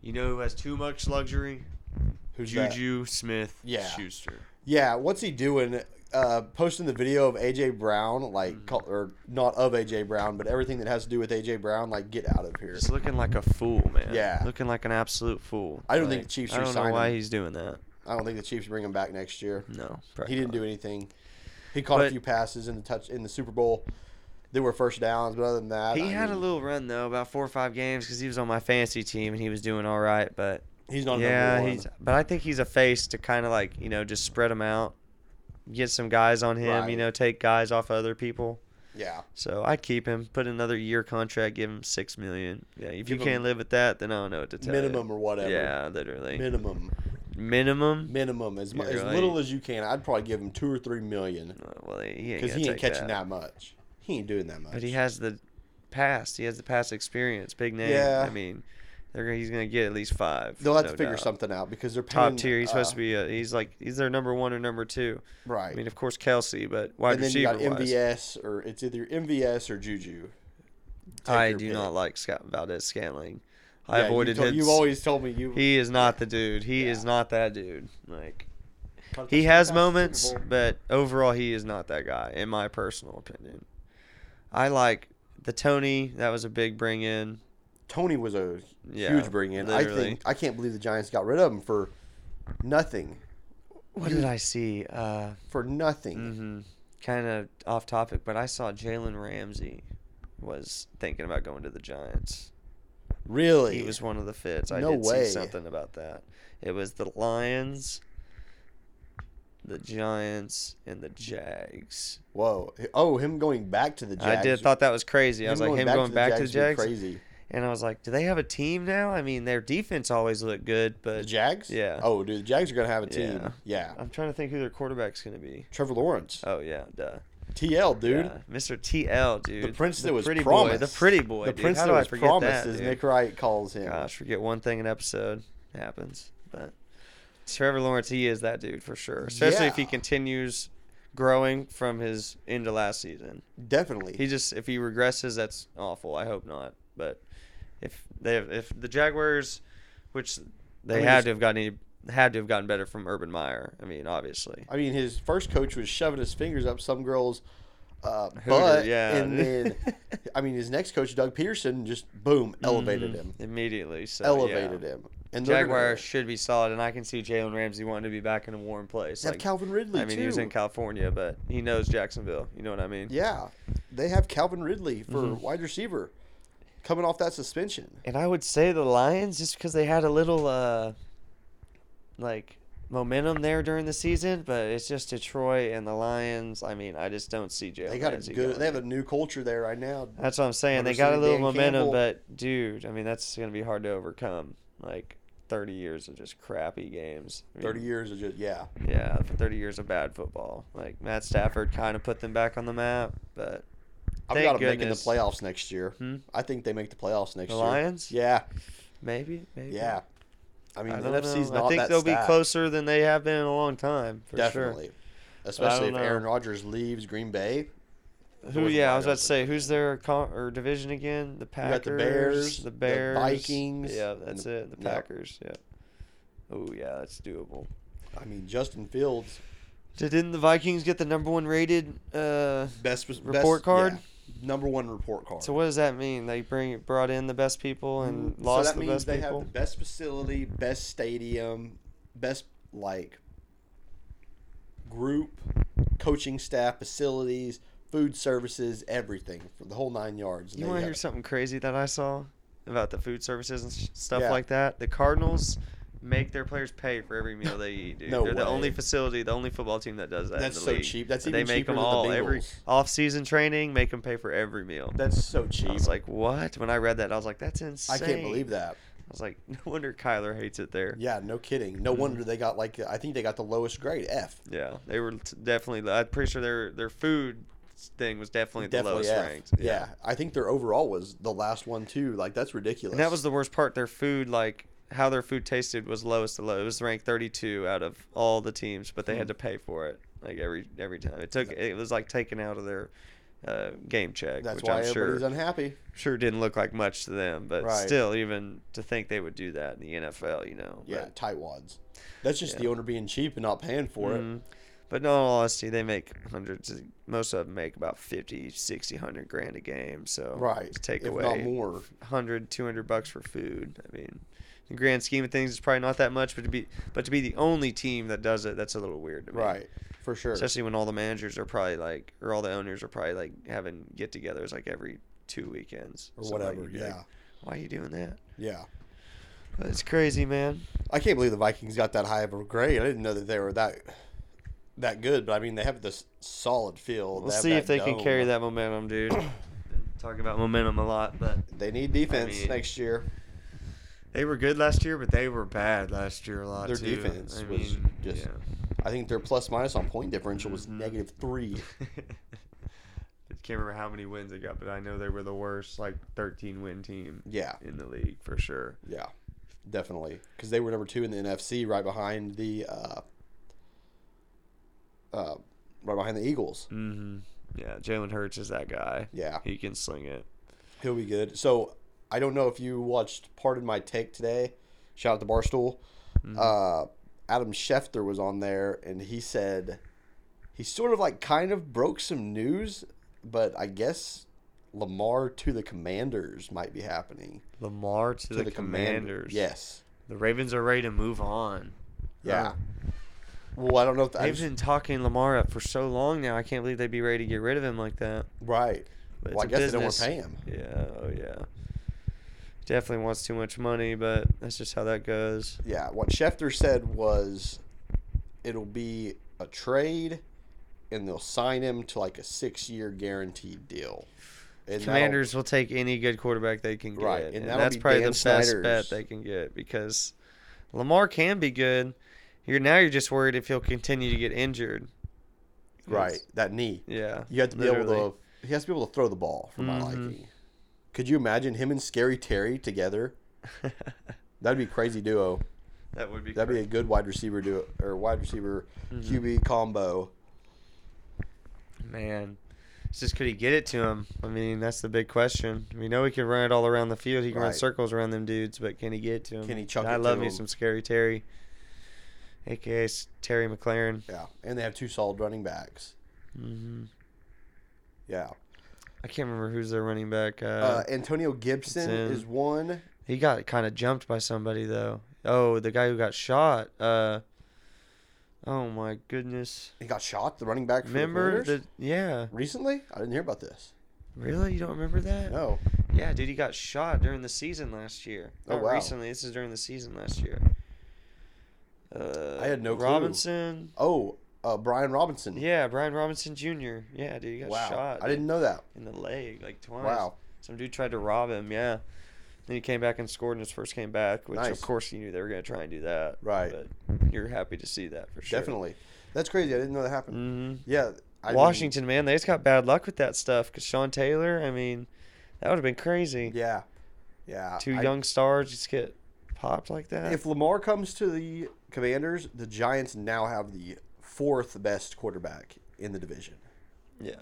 Speaker 2: You know who has too much luxury?
Speaker 1: Who's that?
Speaker 2: Juju Smith
Speaker 1: Yeah.
Speaker 2: Schuster.
Speaker 1: Yeah, what's he doing? Uh, posting the video of AJ Brown, like,
Speaker 2: Hmm.
Speaker 1: call, or not of AJ Brown, but everything that has to do with AJ Brown, like, get out of here.
Speaker 2: Just looking like a fool, man.
Speaker 1: Yeah.
Speaker 2: Looking like an absolute fool.
Speaker 1: I don't
Speaker 2: Like,
Speaker 1: think the Chiefs
Speaker 2: I
Speaker 1: should
Speaker 2: don't know
Speaker 1: sign
Speaker 2: why
Speaker 1: him.
Speaker 2: he's doing that.
Speaker 1: I don't think the Chiefs bring him back next year.
Speaker 2: No.
Speaker 1: He
Speaker 2: probably
Speaker 1: didn't
Speaker 2: not.
Speaker 1: do anything. He caught a
Speaker 2: But-
Speaker 1: few passes in the touch in the Super Bowl. There were first downs, but other than that,
Speaker 2: uh, He
Speaker 1: I
Speaker 2: had a
Speaker 1: mean,
Speaker 2: little run though, about four or five games, because he was on my fantasy team and he was doing all right. But
Speaker 1: He's not. a
Speaker 2: yeah,
Speaker 1: number one.
Speaker 2: he's. But I think he's a face to kind of like you know just spread him out, get some guys on him, you
Speaker 1: Right.
Speaker 2: know, take guys off other people.
Speaker 1: yeah.
Speaker 2: So I'd keep him, put another year contract, give him six million. Yeah, if
Speaker 1: Give
Speaker 2: you
Speaker 1: him
Speaker 2: can't live with that, then I don't know what to tell
Speaker 1: Minimum
Speaker 2: you.
Speaker 1: or whatever.
Speaker 2: Yeah, literally
Speaker 1: Minimum.
Speaker 2: minimum.
Speaker 1: Minimum as mu-
Speaker 2: You're
Speaker 1: as
Speaker 2: right.
Speaker 1: little as you can. I'd probably give him two or three million
Speaker 2: Uh, Well, he ain't,
Speaker 1: because
Speaker 2: gonna
Speaker 1: he ain't
Speaker 2: take
Speaker 1: catching
Speaker 2: that.
Speaker 1: that. much. He ain't doing that much.
Speaker 2: But he has the past. He has the past experience. Big name.
Speaker 1: Yeah.
Speaker 2: I mean, they're gonna, he's gonna get at least five.
Speaker 1: They'll have
Speaker 2: no
Speaker 1: to figure
Speaker 2: doubt.
Speaker 1: something out because they're paying,
Speaker 2: Top tier. He's supposed
Speaker 1: uh,
Speaker 2: to be. A, he's like he's their number one or number two.
Speaker 1: right.
Speaker 2: I mean, of course Kelsey, but wide
Speaker 1: and then you
Speaker 2: receiver
Speaker 1: got MVS or it's either MVS or Juju. Take
Speaker 2: wise, I
Speaker 1: your
Speaker 2: do
Speaker 1: pick.
Speaker 2: not like Scott Valdez Scantling. I
Speaker 1: Yeah,
Speaker 2: avoided
Speaker 1: you
Speaker 2: him.
Speaker 1: You've always told me you.
Speaker 2: He is not the dude. He is
Speaker 1: Yeah.
Speaker 2: not that dude. Like he has moments, but overall he is not that guy, in my personal opinion. I like the Tony. That was a big bring in.
Speaker 1: Tony was a
Speaker 2: Yeah,
Speaker 1: huge bring in. I
Speaker 2: literally.
Speaker 1: think I can't believe the Giants got rid of him for nothing.
Speaker 2: What
Speaker 1: You-
Speaker 2: did I see? Uh,
Speaker 1: For nothing.
Speaker 2: hmm Kind of off topic, but I saw Jalen Ramsey was thinking about going to the Giants.
Speaker 1: Really.
Speaker 2: He was one of the fits. I
Speaker 1: No
Speaker 2: did
Speaker 1: way.
Speaker 2: see something about that. It was the Lions, the Giants, and the Jags.
Speaker 1: Whoa. Oh, him going back to the Jags.
Speaker 2: I did thought that was crazy. I was like him going back to the
Speaker 1: would be
Speaker 2: Jags,
Speaker 1: Crazy.
Speaker 2: and I was like, do they have a team now? I mean, their defense always looked good,
Speaker 1: The
Speaker 2: but
Speaker 1: Jags.
Speaker 2: yeah.
Speaker 1: Oh, dude, the Jags are gonna have a team.
Speaker 2: Yeah.
Speaker 1: Yeah.
Speaker 2: I'm trying to think who their quarterback's gonna be.
Speaker 1: Trevor Lawrence.
Speaker 2: Oh yeah, duh.
Speaker 1: TL, dude.
Speaker 2: Yeah, Mr. TL, dude.
Speaker 1: prince that was
Speaker 2: pretty Boy, the
Speaker 1: promised.
Speaker 2: pretty boy.
Speaker 1: The
Speaker 2: dude.
Speaker 1: prince
Speaker 2: How
Speaker 1: that
Speaker 2: do I
Speaker 1: was
Speaker 2: forget
Speaker 1: promised,
Speaker 2: that,
Speaker 1: as
Speaker 2: dude?
Speaker 1: Nick Wright calls him.
Speaker 2: Gosh, forget one thing an episode It happens, but Trevor Lawrence, he is that dude for sure. Especially if he
Speaker 1: Yeah.
Speaker 2: continues growing from his end of last season.
Speaker 1: Definitely.
Speaker 2: He just if he regresses, that's awful. I hope not. But if they if the Jaguars, which they
Speaker 1: I mean,
Speaker 2: had
Speaker 1: it's-
Speaker 2: to have gotten any, had to have gotten better from Urban Meyer. I mean, obviously.
Speaker 1: I mean, his first coach was shoving his fingers up some girl's uh,
Speaker 2: Hooter,
Speaker 1: butt,
Speaker 2: yeah.
Speaker 1: and then I mean, his next coach, Doug Peterson, just boom, elevated
Speaker 2: Mhm.
Speaker 1: him,
Speaker 2: immediately. So,
Speaker 1: elevated
Speaker 2: yeah.
Speaker 1: him, and they're gonna-
Speaker 2: Jaguars should be solid, and I can see Jalen Ramsey wanting to be back in a warm place.
Speaker 1: They have
Speaker 2: like-
Speaker 1: Calvin Ridley
Speaker 2: I mean,
Speaker 1: too.
Speaker 2: he was in California, but he knows Jacksonville. You know what I mean?
Speaker 1: yeah, they have Calvin Ridley for
Speaker 2: Mm-hmm.
Speaker 1: wide receiver, coming off that suspension.
Speaker 2: And I would say the Lions, just because they had a little, uh, like, momentum there during the season, but it's just Detroit and the Lions. I mean, I just don't see Jalen.
Speaker 1: They got a
Speaker 2: Ramsey
Speaker 1: good.
Speaker 2: going
Speaker 1: They have
Speaker 2: there.
Speaker 1: a new culture there right now.
Speaker 2: That's what I'm saying. They
Speaker 1: Ever
Speaker 2: got a
Speaker 1: seen
Speaker 2: little
Speaker 1: Dan
Speaker 2: momentum,
Speaker 1: Campbell?
Speaker 2: but dude, I mean, that's gonna be hard to overcome. Like. 30 years of just crappy games. I mean,
Speaker 1: Thirty years of just yeah,
Speaker 2: Yeah, for 30 years of bad football. Like, Matt Stafford kind of put them back on the map, but
Speaker 1: I've
Speaker 2: Thank
Speaker 1: got them making the
Speaker 2: goodness.
Speaker 1: playoffs next year.
Speaker 2: Hmm?
Speaker 1: I think they make the playoffs next
Speaker 2: The
Speaker 1: year.
Speaker 2: Lions?
Speaker 1: Yeah,
Speaker 2: maybe, maybe.
Speaker 1: yeah. I mean,
Speaker 2: I
Speaker 1: the
Speaker 2: don't
Speaker 1: NFC's
Speaker 2: know.
Speaker 1: not
Speaker 2: I think
Speaker 1: that
Speaker 2: they'll be
Speaker 1: stacked.
Speaker 2: closer than they have been in a long time. For
Speaker 1: Definitely.
Speaker 2: Sure.
Speaker 1: Especially if
Speaker 2: don't know.
Speaker 1: Aaron Rodgers leaves Green Bay.
Speaker 2: Who?
Speaker 1: was
Speaker 2: Yeah, I
Speaker 1: wide
Speaker 2: was about to
Speaker 1: open.
Speaker 2: say who's their con- or division again? The
Speaker 1: got
Speaker 2: Packers,
Speaker 1: the Bears,
Speaker 2: the
Speaker 1: the
Speaker 2: Bears,
Speaker 1: Vikings,
Speaker 2: Yeah,
Speaker 1: and
Speaker 2: that's
Speaker 1: the-
Speaker 2: it. The
Speaker 1: yep.
Speaker 2: Packers. Yeah. Oh yeah, that's doable.
Speaker 1: I mean, Justin Fields,
Speaker 2: Didn't the Vikings get the number one rated? Uh,
Speaker 1: best was-
Speaker 2: Report
Speaker 1: best-
Speaker 2: card?
Speaker 1: yeah, number one report card.
Speaker 2: so what does that mean? They bring brought in the best people and
Speaker 1: Mm-hmm. So
Speaker 2: lost
Speaker 1: that
Speaker 2: the
Speaker 1: means
Speaker 2: best
Speaker 1: they
Speaker 2: people.
Speaker 1: have the best facility, best stadium, best like group, coaching staff, facilities, food services, everything for the whole nine yards. And
Speaker 2: You
Speaker 1: they
Speaker 2: want to
Speaker 1: got
Speaker 2: hear something crazy that I saw about the food services and s- stuff
Speaker 1: Yeah.
Speaker 2: like that? The Cardinals make their players pay for every meal they eat. Dude.
Speaker 1: No
Speaker 2: They're the only
Speaker 1: way.
Speaker 2: facility, the only football team that does that. in
Speaker 1: That's
Speaker 2: the
Speaker 1: so
Speaker 2: league.
Speaker 1: cheap. That's
Speaker 2: And they
Speaker 1: even
Speaker 2: make
Speaker 1: cheaper
Speaker 2: them
Speaker 1: than the
Speaker 2: all every
Speaker 1: Bengals.
Speaker 2: off-season training. Make them pay for every meal.
Speaker 1: That's so cheap.
Speaker 2: I was like, what? When I read that, I was like, that's
Speaker 1: I
Speaker 2: insane.
Speaker 1: can't believe that.
Speaker 2: I was like, no wonder Kyler hates it there.
Speaker 1: Yeah, no kidding.
Speaker 2: Mm-hmm.
Speaker 1: No wonder they got like I think they got the lowest grade F.
Speaker 2: Yeah, they were t- definitely. I'm pretty sure their their food thing was definitely the
Speaker 1: Definitely
Speaker 2: lowest
Speaker 1: F.
Speaker 2: ranked.
Speaker 1: Yeah. I think their overall was the last one too. Like that's ridiculous.
Speaker 2: And that was the worst part. Their food, like how their food tasted, was lowest to low. It was ranked 32 out of all the teams, but
Speaker 1: Hmm.
Speaker 2: they had to pay for it like every every time. It took it was like taken out of their uh, game check,
Speaker 1: that's
Speaker 2: which
Speaker 1: why
Speaker 2: I'm sure
Speaker 1: everybody's unhappy.
Speaker 2: sure didn't look like much to them, but
Speaker 1: Right.
Speaker 2: still, even to think they would do that in the NFL, you know.
Speaker 1: Yeah,
Speaker 2: But,
Speaker 1: tightwads. That's just
Speaker 2: Yeah.
Speaker 1: the owner being cheap and not paying for it.
Speaker 2: Mhm. but in all honesty, they make hundreds. Of, most of them make about 50, 60, 100 grand a game. So
Speaker 1: Right,
Speaker 2: just take
Speaker 1: if
Speaker 2: away
Speaker 1: not more.
Speaker 2: 100 200 bucks for food i mean in the grand scheme of things it's probably not that much but to be but to be the only team that does it that's a little weird to me
Speaker 1: Right, for sure.
Speaker 2: especially when all the managers are probably like or all the owners are probably like having get-togethers like every two weekends
Speaker 1: or
Speaker 2: So, like,
Speaker 1: whatever.
Speaker 2: you'd be
Speaker 1: yeah,
Speaker 2: like, why are you doing that
Speaker 1: yeah.
Speaker 2: but it's crazy man
Speaker 1: I can't believe the Vikings got that high of a grade. I didn't know that they were that that good, but I mean they have this solid field.
Speaker 2: we'll
Speaker 1: have
Speaker 2: see if
Speaker 1: that
Speaker 2: they can
Speaker 1: dome.
Speaker 2: carry that momentum dude talk about momentum a lot but
Speaker 1: They need defense
Speaker 2: mean,
Speaker 1: next year.
Speaker 2: they were good last year but they were bad last year a lot
Speaker 1: Their
Speaker 2: too.
Speaker 1: defense
Speaker 2: I
Speaker 1: was
Speaker 2: mean,
Speaker 1: just-
Speaker 2: yeah.
Speaker 1: I think their plus minus on point differential was
Speaker 2: Mhm.
Speaker 1: negative three.
Speaker 2: I can't remember how many wins they got, but I know they were the worst, like 13 win team
Speaker 1: Yeah,
Speaker 2: in the league for sure.
Speaker 1: yeah, definitely. Because they were number two in the NFC, right behind the uh, uh, right behind the Eagles.
Speaker 2: Mm-hmm. Yeah, Jalen Hurts is that guy.
Speaker 1: Yeah,
Speaker 2: He can sling it.
Speaker 1: he'll be good. So I don't know if you watched part of my take today. Shout out to Barstool.
Speaker 2: Mm-hmm.
Speaker 1: Uh, Adam Schefter was on there, and he said he sort of like kind of broke some news, but I guess Lamar to the Commanders might be happening.
Speaker 2: Lamar to,
Speaker 1: To
Speaker 2: the,
Speaker 1: Commander-
Speaker 2: Commanders.
Speaker 1: Yes.
Speaker 2: The Ravens are ready to move on.
Speaker 1: Yeah.
Speaker 2: Huh.
Speaker 1: Well, I don't know if
Speaker 2: They've
Speaker 1: that's
Speaker 2: been talking Lamar up for so long now. I can't believe they'd be ready to get rid of him like that.
Speaker 1: right.
Speaker 2: But
Speaker 1: Well, I
Speaker 2: it's a
Speaker 1: guess they don't want to
Speaker 2: business.
Speaker 1: pay him.
Speaker 2: Yeah. Oh, yeah. Definitely wants too much money, but that's just how that goes.
Speaker 1: Yeah, what Schefter said was it'll be a trade and they'll sign him to like a six year guaranteed deal. And that'll-
Speaker 2: Commanders will take any good quarterback they can get.
Speaker 1: Right, and
Speaker 2: And,
Speaker 1: that'll
Speaker 2: that's
Speaker 1: be
Speaker 2: probably
Speaker 1: Dan
Speaker 2: the
Speaker 1: Snyder's.
Speaker 2: best bet they can get because Lamar can be good. You're now you're just worried if he'll continue to get injured.
Speaker 1: right, that knee.
Speaker 2: Yeah.
Speaker 1: You have to be
Speaker 2: literally.
Speaker 1: able to he has to be able to throw the ball for my
Speaker 2: Mhm.
Speaker 1: liking. Could you imagine him and Scary Terry together? That'd be a crazy duo.
Speaker 2: that would be
Speaker 1: That'd be a
Speaker 2: crazy.
Speaker 1: good wide receiver duo or wide receiver
Speaker 2: Mm-hmm.
Speaker 1: QB combo.
Speaker 2: man. It's just could he get it to him? I mean, that's the big question. We know he can run it all around the field. He can run
Speaker 1: Right.
Speaker 2: circles around them dudes, but can he get it to him?
Speaker 1: Can he chuck
Speaker 2: I
Speaker 1: it
Speaker 2: love
Speaker 1: to
Speaker 2: me
Speaker 1: him?
Speaker 2: some scary Terry, aka s- Terry McLaren.
Speaker 1: Yeah, and they have two solid running backs.
Speaker 2: hmm
Speaker 1: Yeah,
Speaker 2: I can't remember who's their running back.
Speaker 1: uh, Antonio Gibson
Speaker 2: in.
Speaker 1: is one.
Speaker 2: He got kind of jumped by somebody though. Oh, the guy who got shot. Uh, oh my goodness.
Speaker 1: He got shot. The running back. For
Speaker 2: Remember
Speaker 1: the, Commanders?
Speaker 2: the? Yeah.
Speaker 1: Recently? I didn't hear about this.
Speaker 2: Really? You don't remember that?
Speaker 1: No.
Speaker 2: Yeah, dude, he got shot during the season last year.
Speaker 1: Oh,
Speaker 2: Not
Speaker 1: wow.
Speaker 2: Recently, this is during the season last year. Uh,
Speaker 1: I had no clue.
Speaker 2: Robinson.
Speaker 1: Oh, uh, Brian Robinson.
Speaker 2: Yeah, Brian Robinson Jr. Yeah, dude, he got
Speaker 1: wow.
Speaker 2: shot.
Speaker 1: I didn't know that.
Speaker 2: in the leg like twice.
Speaker 1: Wow.
Speaker 2: Some dude tried to rob him. Yeah. Then he came back and scored in his first came back, which
Speaker 1: Nice.
Speaker 2: of course you knew they were going to try and do that.
Speaker 1: Right.
Speaker 2: But you're happy to see that for sure.
Speaker 1: Definitely. That's crazy. I didn't know that happened.
Speaker 2: hmm
Speaker 1: Yeah. I mean,
Speaker 2: Washington, man, they just got bad luck with that stuff because Sean Taylor, I mean, that would have been crazy.
Speaker 1: yeah. Yeah.
Speaker 2: Two
Speaker 1: I-
Speaker 2: young stars just get popped like that.
Speaker 1: If Lamar comes to the Commanders, the Giants now have the fourth best quarterback in the division.
Speaker 2: yeah.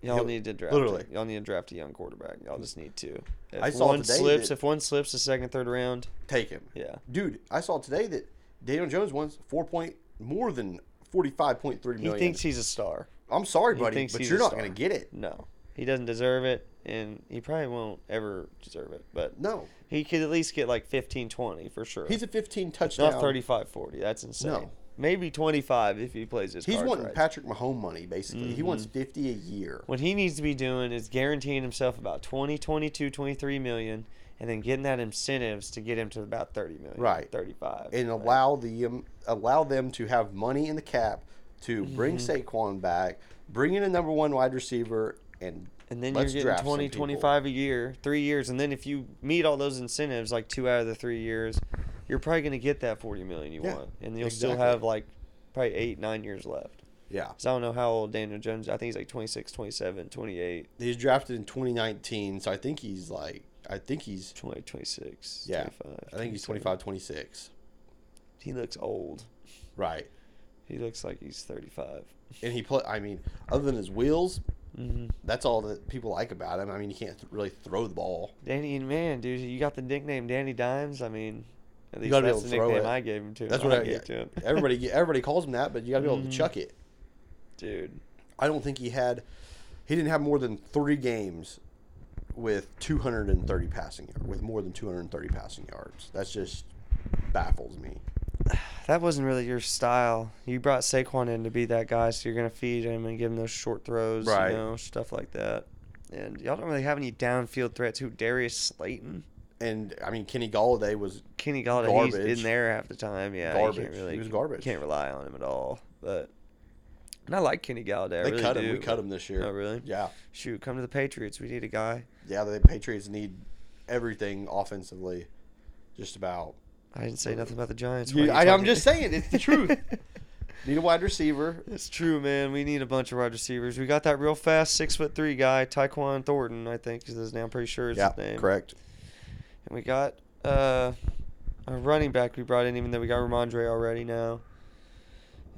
Speaker 2: Y'all
Speaker 1: Yo,
Speaker 2: need to draft.
Speaker 1: literally.
Speaker 2: Y'all need to draft a young quarterback. Y'all just need to. If
Speaker 1: I saw
Speaker 2: one
Speaker 1: today
Speaker 2: slips,
Speaker 1: that-
Speaker 2: if one slips the second, third round,
Speaker 1: Take him.
Speaker 2: yeah.
Speaker 1: Dude, I saw today that Daniel Jones wants four point more than forty five point three
Speaker 2: He
Speaker 1: million.
Speaker 2: thinks he's a star.
Speaker 1: I'm sorry,
Speaker 2: he
Speaker 1: buddy,
Speaker 2: thinks
Speaker 1: but
Speaker 2: he's
Speaker 1: you're
Speaker 2: a
Speaker 1: not
Speaker 2: star.
Speaker 1: gonna get it.
Speaker 2: No. He doesn't deserve it, and he probably won't ever deserve it. But
Speaker 1: No.
Speaker 2: he could at least get like 15, 20 for sure.
Speaker 1: He's a fifteen touchdown.
Speaker 2: Not 35, 40. That's insane.
Speaker 1: No.
Speaker 2: Maybe 25 if he plays his
Speaker 1: He's
Speaker 2: cards
Speaker 1: wanting
Speaker 2: right.
Speaker 1: Patrick Mahomes money, basically. He wants fifty a year.
Speaker 2: what he needs to be doing is guaranteeing himself about 20, 22, 23 million and then getting that incentives to get him to about 30 million.
Speaker 1: Right.
Speaker 2: 35.
Speaker 1: and allow the um, allow them to have money in the cap to bring Saquon back, bring in a number one wide receiver, and
Speaker 2: and then you're
Speaker 1: let's
Speaker 2: getting
Speaker 1: draft some
Speaker 2: 20,
Speaker 1: people.
Speaker 2: 25 a year, three years. And then if you meet all those incentives, like two out of the three years, you're probably going to get that 40 million you
Speaker 1: Yeah,
Speaker 2: want. And you'll still
Speaker 1: exactly.
Speaker 2: have like probably eight, nine years left.
Speaker 1: Yeah,
Speaker 2: Because I don't know how old Daniel Jones I think he's like 26, 27, 28,
Speaker 1: he's drafted in 2019, so I think he's like I think he's
Speaker 2: 20, 26,
Speaker 1: Yeah,
Speaker 2: 25.
Speaker 1: I think he's 25,
Speaker 2: 27.
Speaker 1: 26.
Speaker 2: He looks old.
Speaker 1: Right,
Speaker 2: He looks like he's 35.
Speaker 1: and he play. I mean, other than his wheels,
Speaker 2: Mm-hmm.
Speaker 1: that's all that people like about him. I mean, he can't th- really throw the ball.
Speaker 2: Danny, and man, dude, you got the nickname Danny Dimes. I mean, at least
Speaker 1: gotta be
Speaker 2: that's the
Speaker 1: able to throw
Speaker 2: nickname
Speaker 1: it.
Speaker 2: I gave him to. him.
Speaker 1: That's what
Speaker 2: I,
Speaker 1: I-
Speaker 2: gave
Speaker 1: yeah.
Speaker 2: to him.
Speaker 1: Everybody, everybody calls him that, but you gotta be able to
Speaker 2: Mhm.
Speaker 1: chuck it.
Speaker 2: dude.
Speaker 1: I don't think he had. He didn't have more than three games with 230 passing yards. With more than 230 passing yards, that's just baffles me.
Speaker 2: That wasn't really your style. You brought Saquon in to be that guy, so you're gonna feed him and give him those short throws,
Speaker 1: Right.
Speaker 2: you know, stuff like that. And y'all don't really have any downfield threats. Who Darius Slayton,
Speaker 1: And I mean, Kenny Galladay was
Speaker 2: Kenny Galladay, he's
Speaker 1: Garbage.
Speaker 2: in there half the time. Yeah, you
Speaker 1: Garbage.
Speaker 2: can't
Speaker 1: He
Speaker 2: really,
Speaker 1: was garbage.
Speaker 2: Can't rely on him at all. But and I like Kenny Galladay. I
Speaker 1: they
Speaker 2: really
Speaker 1: cut
Speaker 2: do.
Speaker 1: him. We cut him this year.
Speaker 2: Oh really?
Speaker 1: Yeah,
Speaker 2: Shoot, come to the Patriots. We need a guy.
Speaker 1: yeah. The Patriots need everything offensively, just about.
Speaker 2: I didn't say nothing about the Giants.
Speaker 1: You-
Speaker 2: Why are you
Speaker 1: I- I'm
Speaker 2: talking-
Speaker 1: just saying, it's the truth. Need a wide receiver.
Speaker 2: It's true, man. We need a bunch of wide receivers. We got that real fast six foot three guy, Tyquan Thornton, I think is his name. I'm pretty sure is
Speaker 1: yeah,
Speaker 2: his name.
Speaker 1: correct.
Speaker 2: And we got uh, a running back we brought in, even though we got Ramondre already now.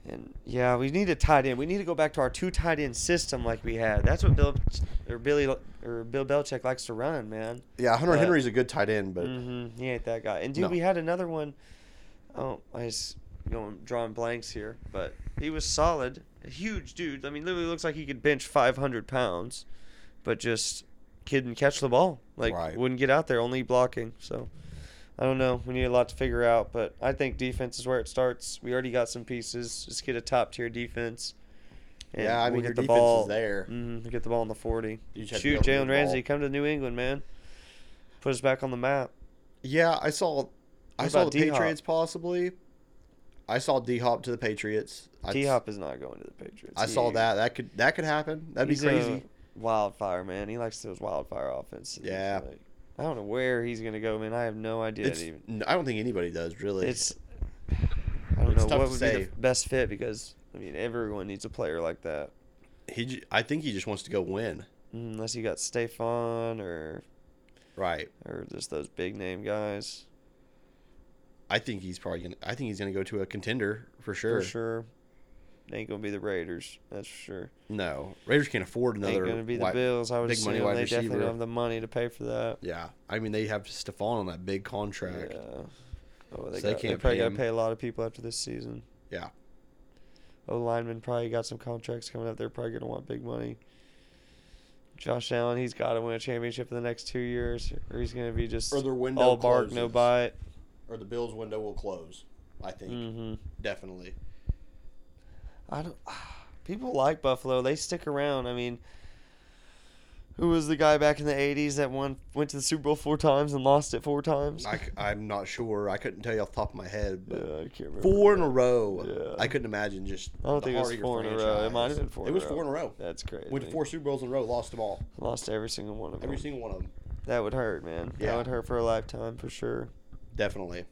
Speaker 2: And yeah, we need a tight end. We need to go back to our two tight end system like we had. That's what Bill or Billy or Bill Belichick likes to run, man.
Speaker 1: Yeah, Hunter
Speaker 2: But-
Speaker 1: Henry's a good tight end, but
Speaker 2: Mm-hmm. He ain't that guy. And dude,
Speaker 1: No.
Speaker 2: we had another one. Oh, I just going drawing blanks here, but he was solid. A huge dude. I mean, literally looks like he could bench 500 pounds, but just couldn't catch the ball. Like
Speaker 1: Right.
Speaker 2: wouldn't get out there. Only blocking. So. I don't know. We need a lot to figure out, but I think defense is where it starts. We already got some pieces. Just get a top tier defense. and
Speaker 1: yeah, I
Speaker 2: we'll
Speaker 1: mean
Speaker 2: get
Speaker 1: your
Speaker 2: the
Speaker 1: defense
Speaker 2: ball-
Speaker 1: is there.
Speaker 2: Mhm, get the ball on the 40.
Speaker 1: You just have to be
Speaker 2: Shoot,
Speaker 1: able to move
Speaker 2: Jalen
Speaker 1: the
Speaker 2: Ramsey,
Speaker 1: ball.
Speaker 2: come to New England, man. Put us back on the map.
Speaker 1: Yeah, I saw. I
Speaker 2: What
Speaker 1: saw the
Speaker 2: about D-Hop?
Speaker 1: Patriots possibly. I saw D Hop to the Patriots. I-
Speaker 2: D Hop is not going to the Patriots.
Speaker 1: I saw
Speaker 2: He-
Speaker 1: that. That could that could happen. That'd be
Speaker 2: he's a
Speaker 1: crazy.
Speaker 2: wildfire, man. He likes those wildfire offenses.
Speaker 1: Yeah.
Speaker 2: Like, I don't know where he's gonna go, man. I have no idea.
Speaker 1: It's,
Speaker 2: even.
Speaker 1: n- I don't think anybody does really.
Speaker 2: It's. I don't
Speaker 1: It's
Speaker 2: know
Speaker 1: tough
Speaker 2: what
Speaker 1: to
Speaker 2: would
Speaker 1: say.
Speaker 2: be the best fit because I mean everyone needs a player like that. Mm,
Speaker 1: he. j- I think he just wants to go win.
Speaker 2: Unless you got Stefan or
Speaker 1: Right.
Speaker 2: or just those big name guys
Speaker 1: I think he's probably gonna. I think he's gonna go to a contender for sure.
Speaker 2: for sure. Ain't gonna be the Raiders, that's for sure.
Speaker 1: No, Raiders can't afford another.
Speaker 2: Ain't gonna be the
Speaker 1: wide-
Speaker 2: Bills. I would
Speaker 1: big money
Speaker 2: assume
Speaker 1: wide
Speaker 2: they definitely
Speaker 1: receiver.
Speaker 2: don't have the money to pay for that.
Speaker 1: Yeah, I mean they have Stephon on that big contract.
Speaker 2: Yeah. Oh, they,
Speaker 1: So they
Speaker 2: got, they
Speaker 1: can't
Speaker 2: probably
Speaker 1: pay
Speaker 2: got to
Speaker 1: him.
Speaker 2: pay a lot of people after this season.
Speaker 1: Yeah.
Speaker 2: O lineman probably got some contracts coming up. They're probably going to want big money. Josh Allen, he's got to win a championship in the next two years, or he's going to be just
Speaker 1: Or their window
Speaker 2: all bark, no
Speaker 1: closes.
Speaker 2: bite.
Speaker 1: Or the Bills window will close. I think
Speaker 2: hmm
Speaker 1: definitely.
Speaker 2: I don't. ah, People like Buffalo. They stick around. I mean, who was the guy back in the '80s that won went to the Super Bowl four times and lost it four times?
Speaker 1: I, am not sure. I couldn't tell you off the top of my head, but
Speaker 2: Yeah, I can't remember.
Speaker 1: four in a row.
Speaker 2: Yeah.
Speaker 1: I couldn't imagine just.
Speaker 2: I don't
Speaker 1: the
Speaker 2: think it
Speaker 1: heart
Speaker 2: was
Speaker 1: of your
Speaker 2: four in a row. It
Speaker 1: franchise.
Speaker 2: might have been four.
Speaker 1: It
Speaker 2: in
Speaker 1: was
Speaker 2: a row.
Speaker 1: four in a row.
Speaker 2: That's crazy.
Speaker 1: Went to four Super Bowls in a row, lost them all.
Speaker 2: Lost every single one of
Speaker 1: Every
Speaker 2: them.
Speaker 1: single one of them.
Speaker 2: That would hurt, man. That
Speaker 1: Yeah.
Speaker 2: would hurt for a lifetime for sure.
Speaker 1: Definitely.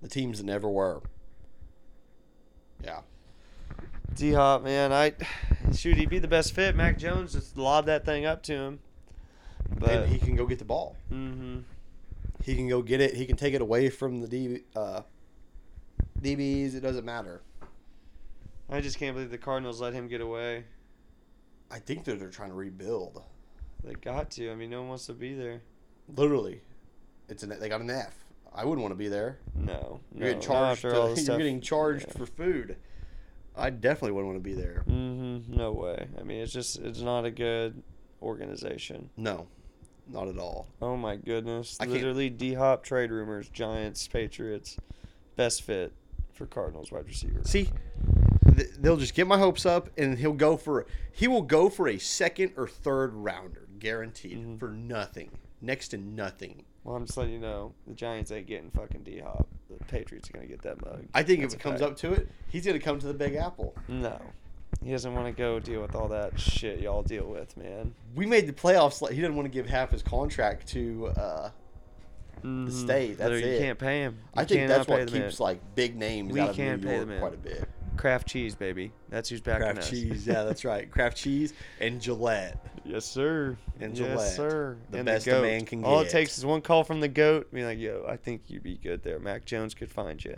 Speaker 1: The teams that never were. Yeah.
Speaker 2: D Hop, man, I shoot, he'd be the best fit. Mac Jones just lobbed that thing up to him. But
Speaker 1: and he can go get the ball.
Speaker 2: hmm
Speaker 1: He can go get it. He can take it away from the DB, uh, DBs. It doesn't matter.
Speaker 2: I just can't believe the Cardinals let him get away.
Speaker 1: I think that they're trying to rebuild.
Speaker 2: They got to. I mean, no one wants to be there.
Speaker 1: Literally, it's an they got an F. I wouldn't want to be there.
Speaker 2: No,
Speaker 1: You're
Speaker 2: no,
Speaker 1: getting charged.
Speaker 2: Not after
Speaker 1: to-
Speaker 2: all the
Speaker 1: you're
Speaker 2: stuff.
Speaker 1: getting charged
Speaker 2: yeah.
Speaker 1: for food. I definitely wouldn't want to be there.
Speaker 2: Mm-hmm. No way. I mean, it's just it's not a good organization.
Speaker 1: No, not at all.
Speaker 2: Oh my goodness!
Speaker 1: I can't-
Speaker 2: Literally, D Hop trade rumors: Giants, Patriots, best fit for Cardinals wide receiver.
Speaker 1: See, th- they'll just get my hopes up, and he'll go for he will go for a second or third rounder, guaranteed
Speaker 2: Mhm.
Speaker 1: for nothing, next to nothing.
Speaker 2: Well, I'm just letting you know the Giants ain't getting fucking D Hop. The Patriots are gonna get that mug.
Speaker 1: I think
Speaker 2: That's
Speaker 1: if it
Speaker 2: a
Speaker 1: comes
Speaker 2: fact.
Speaker 1: up to it, he's gonna come to the Big Apple.
Speaker 2: no, he doesn't want to go deal with all that shit y'all deal with, man.
Speaker 1: We made the playoffs. Like, he didn't want to give half his contract to. Uh, Mm-hmm.
Speaker 2: The
Speaker 1: state, that's
Speaker 2: you
Speaker 1: it.
Speaker 2: can't pay him. You
Speaker 1: I think that's
Speaker 2: cannot pay
Speaker 1: what
Speaker 2: the man.
Speaker 1: keeps like big names
Speaker 2: We
Speaker 1: out of
Speaker 2: can
Speaker 1: New
Speaker 2: pay the
Speaker 1: York
Speaker 2: man.
Speaker 1: quite a bit.
Speaker 2: Kraft cheese, baby. That's who's backing
Speaker 1: Kraft
Speaker 2: us.
Speaker 1: cheese, yeah, that's right. Kraft cheese and Gillette.
Speaker 2: Yes, sir.
Speaker 1: And Gillette,
Speaker 2: yes, sir.
Speaker 1: the
Speaker 2: and
Speaker 1: best a
Speaker 2: the goat.
Speaker 1: man can
Speaker 2: All
Speaker 1: get.
Speaker 2: it takes is one call from the goat. Be like, yo, I think you'd be good there. Mac Jones could find you.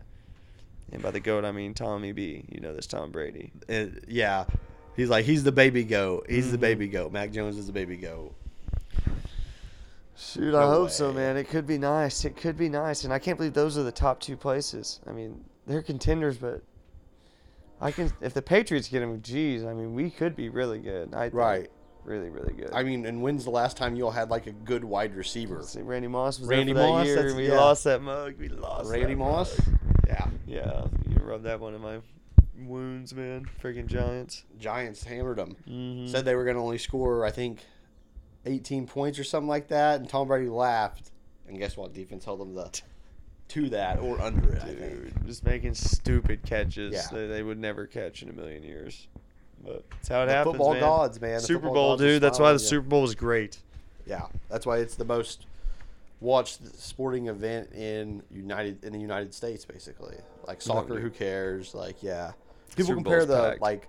Speaker 2: And by the goat, I mean Tommy B. You know this Tom Brady.
Speaker 1: Uh, yeah, he's like he's the baby goat. He's the
Speaker 2: Mhm.
Speaker 1: baby goat. Mac Jones is the baby goat.
Speaker 2: Shoot,
Speaker 1: No
Speaker 2: I hope so,
Speaker 1: way.
Speaker 2: man. It could be nice. It could be nice, and I can't believe those are the top two places. I mean, they're contenders, but I can if the Patriots get them. Geez, I mean, we could be really good. I think.
Speaker 1: Right.
Speaker 2: really, really good.
Speaker 1: I mean, and when's the last time y'all had like a good wide receiver?
Speaker 2: See, Randy Moss was
Speaker 1: Randy
Speaker 2: there for
Speaker 1: Moss,
Speaker 2: that year,
Speaker 1: that's-
Speaker 2: and we
Speaker 1: yeah.
Speaker 2: lost that mug. We lost
Speaker 1: Randy
Speaker 2: that
Speaker 1: Moss.
Speaker 2: mug.
Speaker 1: Yeah,
Speaker 2: Yeah, you rub that one in my wounds, man. Freaking Giants.
Speaker 1: Giants hammered them.
Speaker 2: Mm-hmm.
Speaker 1: Said they were going to only score, I think, 18 points or something like that, and Tom Brady laughed. And guess what? Defense held them to, to that or under it. I think.
Speaker 2: Dude, just making stupid catches
Speaker 1: Yeah.
Speaker 2: that they would never catch in a million years. But that's how it
Speaker 1: The
Speaker 2: happens,
Speaker 1: football
Speaker 2: man.
Speaker 1: gods, man. The
Speaker 2: Super
Speaker 1: football
Speaker 2: Bowl,
Speaker 1: gods are
Speaker 2: dude. That's why the
Speaker 1: smiling
Speaker 2: Super Bowl was great.
Speaker 1: at you. Yeah, that's why it's the most watched sporting event in United in the United States, basically. Like soccer,
Speaker 2: dude.
Speaker 1: who cares? Like, yeah, people
Speaker 2: Super
Speaker 1: compare
Speaker 2: Bowl's
Speaker 1: the
Speaker 2: packed.
Speaker 1: like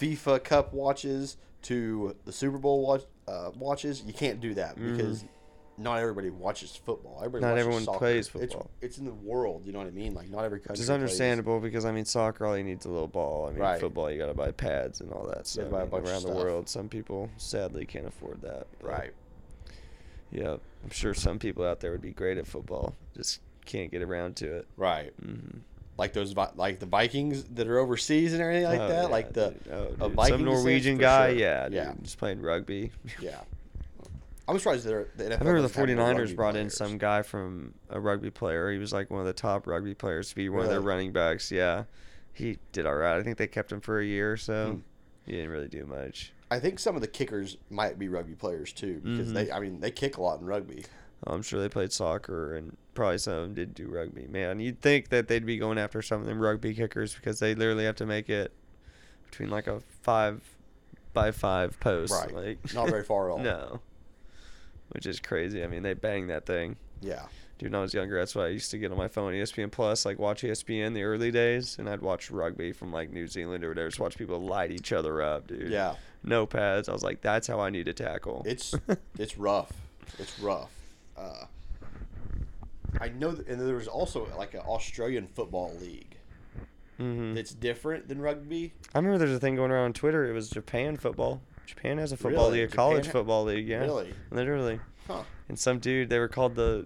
Speaker 1: FIFA Cup watches to the Super Bowl watch, uh, watches. You can't do that because not everybody watches football. Everybody
Speaker 2: Mm-hmm. Not
Speaker 1: watches
Speaker 2: everyone
Speaker 1: soccer.
Speaker 2: plays
Speaker 1: It's-
Speaker 2: football.
Speaker 1: It's, in the world. You know what I mean? Like not every country.
Speaker 2: Which is understandable because I mean soccer all you need is a little ball. I mean
Speaker 1: Right.
Speaker 2: football you gotta buy pads and all that stuff.
Speaker 1: buy a
Speaker 2: I mean,
Speaker 1: bunch of
Speaker 2: around the
Speaker 1: stuff.
Speaker 2: world, some people sadly can't afford that. but,
Speaker 1: Plays. Right.
Speaker 2: Yeah, I'm sure some people out there would be great at football, just can't get around to it.
Speaker 1: Right.
Speaker 2: Mm-hmm.
Speaker 1: Like those, Vi- like the Vikings that are overseas and everything like
Speaker 2: Oh,
Speaker 1: that.
Speaker 2: yeah,
Speaker 1: like the,
Speaker 2: dude. Oh,
Speaker 1: a
Speaker 2: dude.
Speaker 1: Viking
Speaker 2: some
Speaker 1: descent,
Speaker 2: Norwegian
Speaker 1: for
Speaker 2: guy,
Speaker 1: sure.
Speaker 2: yeah,
Speaker 1: Yeah.
Speaker 2: dude, just playing rugby.
Speaker 1: yeah. I'm surprised they're. The NFL
Speaker 2: I remember the
Speaker 1: doesn't have any
Speaker 2: 49ers
Speaker 1: rugby
Speaker 2: brought in
Speaker 1: players.
Speaker 2: some guy from a rugby player. He was like one of the top rugby players to be one of their
Speaker 1: Really?
Speaker 2: running backs. Yeah, he did all right. I think they kept him for a year or so.
Speaker 1: Hmm.
Speaker 2: He didn't really do much.
Speaker 1: I think some of the kickers might be rugby players too, because
Speaker 2: Mhm.
Speaker 1: they, I mean, they kick a lot in rugby.
Speaker 2: Oh, I'm sure they played soccer and probably some of them did do rugby. Man, you'd think that they'd be going after some of them rugby kickers because they literally have to make it between like a five by five post.
Speaker 1: Right.
Speaker 2: Like
Speaker 1: Not very far at all.
Speaker 2: No. Which is crazy. I mean, they bang that thing.
Speaker 1: Yeah,
Speaker 2: Dude, when I was younger, that's what I used to get on my phone, E ESPN Plus, like watch E ESPN the early days, and I'd watch rugby from like New Zealand or whatever. Just watch people light each other up, dude.
Speaker 1: yeah,
Speaker 2: No pads. I was like, that's how I need to tackle.
Speaker 1: it's it's rough. It's rough. Uh, I know, that, and there was also like an Australian football league
Speaker 2: hmm
Speaker 1: that's different than rugby.
Speaker 2: I remember there's a thing going around on Twitter. It was Japan football. Japan has a football
Speaker 1: Really?
Speaker 2: league, a college
Speaker 1: Japan ha-
Speaker 2: football league. Yeah,
Speaker 1: Really?
Speaker 2: literally.
Speaker 1: Huh.
Speaker 2: And some dude, they were called the.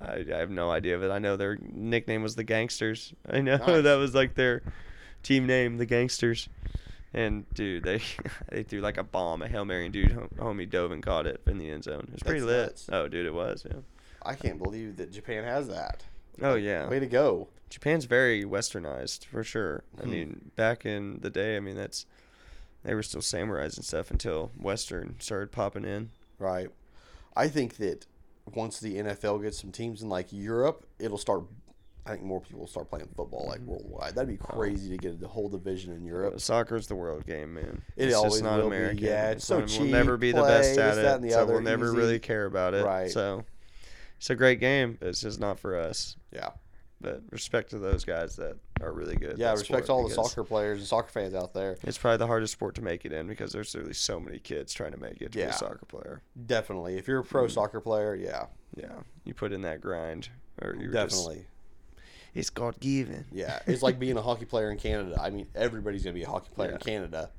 Speaker 2: I, I have no idea, but I know their nickname was the Gangsters. I know
Speaker 1: Nice.
Speaker 2: that was like their team name, the Gangsters. And dude, they they threw like a bomb, a hail mary, and dude, hom- homie dove and caught it in the end zone. It was pretty
Speaker 1: That's
Speaker 2: lit.
Speaker 1: nuts.
Speaker 2: Oh, dude, it was. Yeah.
Speaker 1: I can't believe that Japan has that.
Speaker 2: Oh yeah.
Speaker 1: Way to go.
Speaker 2: Japan's very westernized for sure. I
Speaker 1: Hmm.
Speaker 2: mean, back in the day, I mean that's they were still samurais and stuff until western started popping in.
Speaker 1: Right. I think that once the NFL gets some teams in like Europe, it'll start. I think more people will start playing football
Speaker 2: Mm-hmm.
Speaker 1: like worldwide. That'd be crazy to get a whole division in Europe.
Speaker 2: Soccer's the world game, man.
Speaker 1: It
Speaker 2: it's
Speaker 1: always
Speaker 2: just not
Speaker 1: will be.
Speaker 2: American.
Speaker 1: Yeah, it's so
Speaker 2: not- We'll never
Speaker 1: cheap,
Speaker 2: be the best
Speaker 1: play,
Speaker 2: at
Speaker 1: this, that, and
Speaker 2: it,
Speaker 1: the
Speaker 2: so
Speaker 1: other,
Speaker 2: we'll never
Speaker 1: easy.
Speaker 2: really care about it.
Speaker 1: Right.
Speaker 2: So it's a great game. It's just not for us.
Speaker 1: Yeah.
Speaker 2: But respect to those guys that are really good. at
Speaker 1: Yeah,
Speaker 2: that
Speaker 1: respect
Speaker 2: sport
Speaker 1: to all the
Speaker 2: because
Speaker 1: soccer players and soccer fans out there.
Speaker 2: It's probably the hardest sport to make it in because there's really so many kids trying to make it to be
Speaker 1: Yeah.
Speaker 2: a soccer player.
Speaker 1: Definitely. If you're a pro
Speaker 2: Mm-hmm.
Speaker 1: soccer player, yeah.
Speaker 2: Yeah, you put in that grind, or you
Speaker 1: Definitely.
Speaker 2: it's God given.
Speaker 1: Yeah. It's like being a hockey player in Canada. I mean, everybody's going to be a hockey player in
Speaker 2: Yeah.
Speaker 1: Canada.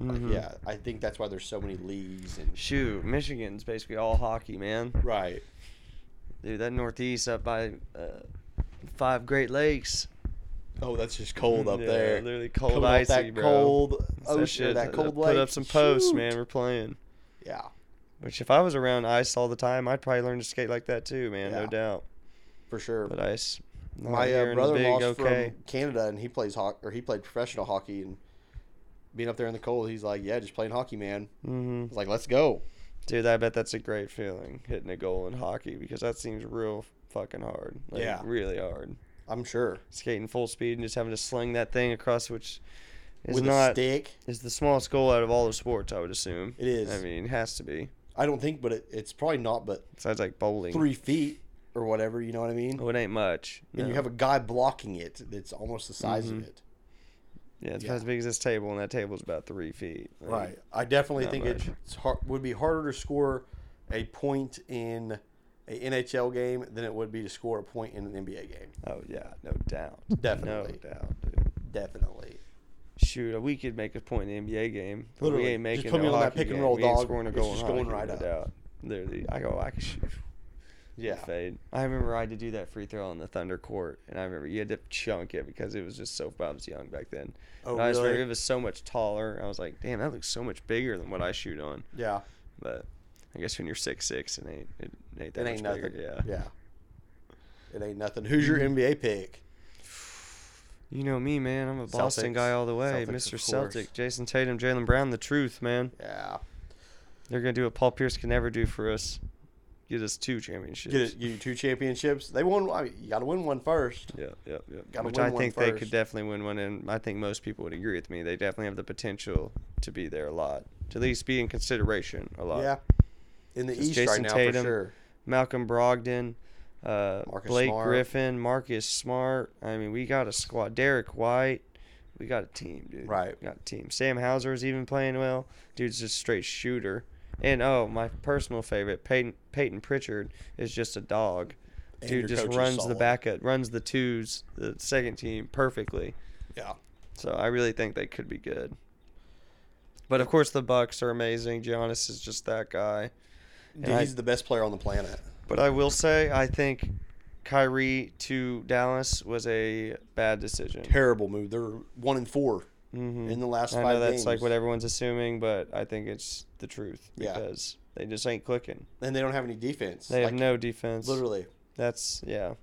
Speaker 2: Mhm.
Speaker 1: Yeah, I think that's why there's so many leagues and
Speaker 2: Shoot, Michigan's basically all hockey, man.
Speaker 1: right.
Speaker 2: Dude, that Northeast up by uh, five Great Lakes.
Speaker 1: Oh, that's just cold up
Speaker 2: Yeah,
Speaker 1: there.
Speaker 2: Literally cold
Speaker 1: Coming off
Speaker 2: icy,
Speaker 1: that
Speaker 2: bro.
Speaker 1: cold
Speaker 2: That
Speaker 1: ocean,
Speaker 2: shit,
Speaker 1: that
Speaker 2: uh,
Speaker 1: cold
Speaker 2: put
Speaker 1: lake.
Speaker 2: up some posts,
Speaker 1: Shoot.
Speaker 2: man. We're playing.
Speaker 1: Yeah,
Speaker 2: Which, if I was around ice all the time, I'd probably learn to skate like that too, man.
Speaker 1: Yeah.
Speaker 2: No doubt.
Speaker 1: for sure.
Speaker 2: But ice. not
Speaker 1: My
Speaker 2: here
Speaker 1: uh,
Speaker 2: in the big,
Speaker 1: brother-in-law's from Canada, and he plays hockey, or he played professional hockey, and being up there in the cold, he's like, "Yeah, just playing hockey, man." I
Speaker 2: Mhm.
Speaker 1: was like, "Let's go."
Speaker 2: Dude, I bet that's a great feeling hitting a goal in hockey because that seems real fucking hard. Like,
Speaker 1: Yeah.
Speaker 2: Really hard.
Speaker 1: I'm sure
Speaker 2: Skating full speed and just having to sling that thing across, which is
Speaker 1: with a
Speaker 2: not
Speaker 1: stick,
Speaker 2: is the smallest goal out of all the sports. I would assume.
Speaker 1: it is.
Speaker 2: I mean, has to be.
Speaker 1: I don't think, but it, it's probably not, but
Speaker 2: Sounds like bowling.
Speaker 1: three feet or whatever. You know what I mean?
Speaker 2: Oh, it ain't much.
Speaker 1: And you
Speaker 2: no.
Speaker 1: have a guy blocking it that's almost the size
Speaker 2: Mhm.
Speaker 1: of it.
Speaker 2: yeah, it's
Speaker 1: yeah.
Speaker 2: about as big as this table, and that table's about three feet. Like,
Speaker 1: Right. I definitely
Speaker 2: Not
Speaker 1: think
Speaker 2: much.
Speaker 1: it's hard, would be harder to score a point in a NHL game than it would be to score a point in an NBA game.
Speaker 2: Oh yeah, no doubt.
Speaker 1: Definitely.
Speaker 2: No doubt, dude.
Speaker 1: Definitely.
Speaker 2: Shoot, we could make a point in the NBA game. but
Speaker 1: Literally.
Speaker 2: We
Speaker 1: Just
Speaker 2: ain't making
Speaker 1: put me
Speaker 2: no
Speaker 1: on that
Speaker 2: hockey
Speaker 1: pick and
Speaker 2: game.
Speaker 1: roll,
Speaker 2: we ain't
Speaker 1: dog.
Speaker 2: scoring a
Speaker 1: It's
Speaker 2: goal in
Speaker 1: just going
Speaker 2: hockey,
Speaker 1: right
Speaker 2: no
Speaker 1: up.
Speaker 2: doubt. Literally, I go, I can shoot.
Speaker 1: Yeah.
Speaker 2: Fade. I remember I had to do that free throw on the Thunder court, and I remember you had to chunk it because it was just so Bob's young back then.
Speaker 1: Oh,
Speaker 2: And I just
Speaker 1: really?
Speaker 2: remember it was so much taller. I was like, damn, that looks so much bigger than what I shoot on.
Speaker 1: Yeah.
Speaker 2: But I guess when you're six six, it ain't it ain't that
Speaker 1: It ain't
Speaker 2: much
Speaker 1: nothing.
Speaker 2: bigger. Yeah.
Speaker 1: Yeah. It ain't nothing. Who's your NBA pick?
Speaker 2: You know me, man. I'm a Boston
Speaker 1: Celtics.
Speaker 2: guy all the way.
Speaker 1: Celtics, of
Speaker 2: Mr.
Speaker 1: course.
Speaker 2: Celtic, Jason Tatum, Jalen Brown, the truth, man.
Speaker 1: Yeah.
Speaker 2: They're gonna do what Paul Pierce can never do for us. Get us two championships.
Speaker 1: Get, it, get you two championships. They won. I mean, you got to win one first.
Speaker 2: Yeah, yeah, yeah.
Speaker 1: Gotta
Speaker 2: Which
Speaker 1: win
Speaker 2: I
Speaker 1: one
Speaker 2: think they could
Speaker 1: first.
Speaker 2: definitely win one, and I think most people would agree with me. They definitely have the potential to be there a lot, to at least be in consideration a lot.
Speaker 1: Yeah. In the
Speaker 2: Just
Speaker 1: East
Speaker 2: Jason
Speaker 1: right now,
Speaker 2: Tatum.
Speaker 1: for sure.
Speaker 2: Malcolm Brogdon, uh,
Speaker 1: Marcus
Speaker 2: Blake
Speaker 1: Smart.
Speaker 2: Griffin, Marcus Smart. I mean, we got a squad. Derek White. We got a team, dude.
Speaker 1: Right.
Speaker 2: We got a team. Sam Hauser's even playing well. Dude's just straight shooter. And oh, my personal favorite, Peyton, Peyton Pritchard is just a dog.
Speaker 1: And your
Speaker 2: Dude just
Speaker 1: coach is
Speaker 2: runs the
Speaker 1: solid.
Speaker 2: backup, runs the twos, the second team perfectly.
Speaker 1: Yeah.
Speaker 2: So I really think they could be good. But of course, the Bucks are amazing. Giannis is just that guy.
Speaker 1: Dude,
Speaker 2: I-
Speaker 1: he's the best player on the planet.
Speaker 2: But I will say, I think Kyrie to Dallas was a bad decision.
Speaker 1: Terrible move. They're one and four
Speaker 2: Mm-hmm.
Speaker 1: in the last
Speaker 2: I
Speaker 1: five
Speaker 2: know that's
Speaker 1: games.
Speaker 2: like what everyone's assuming, but I think it's the truth
Speaker 1: Yeah.
Speaker 2: because they just ain't clicking.
Speaker 1: and they don't have any defense.
Speaker 2: They
Speaker 1: like,
Speaker 2: have no defense.
Speaker 1: literally.
Speaker 2: That's yeah.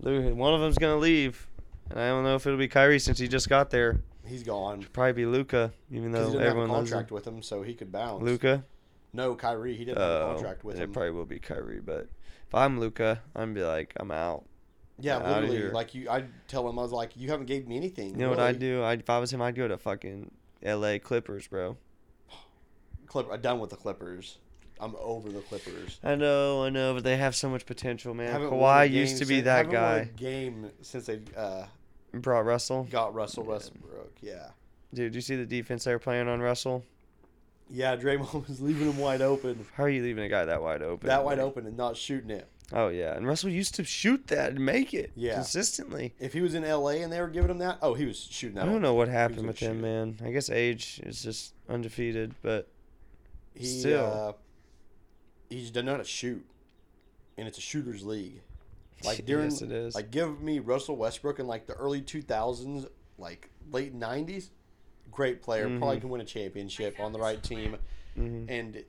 Speaker 2: Lou- One of them's gonna leave, and I don't know if it'll be Kyrie since he just got there.
Speaker 1: He's gone.
Speaker 2: Probably be Luca, even
Speaker 1: 'Cause
Speaker 2: though
Speaker 1: he didn't have a
Speaker 2: everyone loves him.
Speaker 1: contract with him, so he could bounce.
Speaker 2: Luca.
Speaker 1: No, Kyrie. He didn't have a
Speaker 2: Oh,
Speaker 1: contract with
Speaker 2: and
Speaker 1: him.
Speaker 2: it probably will be Kyrie, but if I'm Luca, I'm be like, I'm out.
Speaker 1: yeah,
Speaker 2: outta
Speaker 1: literally.
Speaker 2: here.
Speaker 1: Like you, I tell him, I was like, you haven't gave me anything.
Speaker 2: You know what I'd
Speaker 1: really."
Speaker 2: do? I'd, if I was him, I'd go to fucking L.A. Clippers, bro.
Speaker 1: Clipper. I'm done with the Clippers. I'm over the Clippers.
Speaker 2: I know, I know, but they have so much potential, man.
Speaker 1: Haven't won a
Speaker 2: Kawhi
Speaker 1: game
Speaker 2: used to be
Speaker 1: since-
Speaker 2: that
Speaker 1: haven't won a
Speaker 2: guy.
Speaker 1: game since they uh,
Speaker 2: Brought Russell,
Speaker 1: got Russell Westbrook. Yeah.
Speaker 2: dude. You see the defense they were playing on Russell?
Speaker 1: Yeah, Draymond was leaving him wide open,
Speaker 2: How are you leaving a guy that wide open?
Speaker 1: that wide
Speaker 2: Like,
Speaker 1: open, and not shooting it.
Speaker 2: Oh yeah, and Russell used to shoot that and make it
Speaker 1: Yeah.
Speaker 2: consistently.
Speaker 1: If he was in L.A. and they were giving him that, oh, he was shooting that.
Speaker 2: I don't
Speaker 1: one.
Speaker 2: know what
Speaker 1: was
Speaker 2: happened
Speaker 1: a
Speaker 2: with him,
Speaker 1: shooter.
Speaker 2: man. I guess age is just undefeated, but
Speaker 1: He,
Speaker 2: Still.
Speaker 1: uh, he just doesn't know how to shoot, and it's a shooter's league. Like during,
Speaker 2: yes, it is.
Speaker 1: like give me Russell Westbrook in like the early two thousands, like late nineties. Great player, probably
Speaker 2: Mhm.
Speaker 1: can win a championship on the right team.
Speaker 2: Mhm.
Speaker 1: And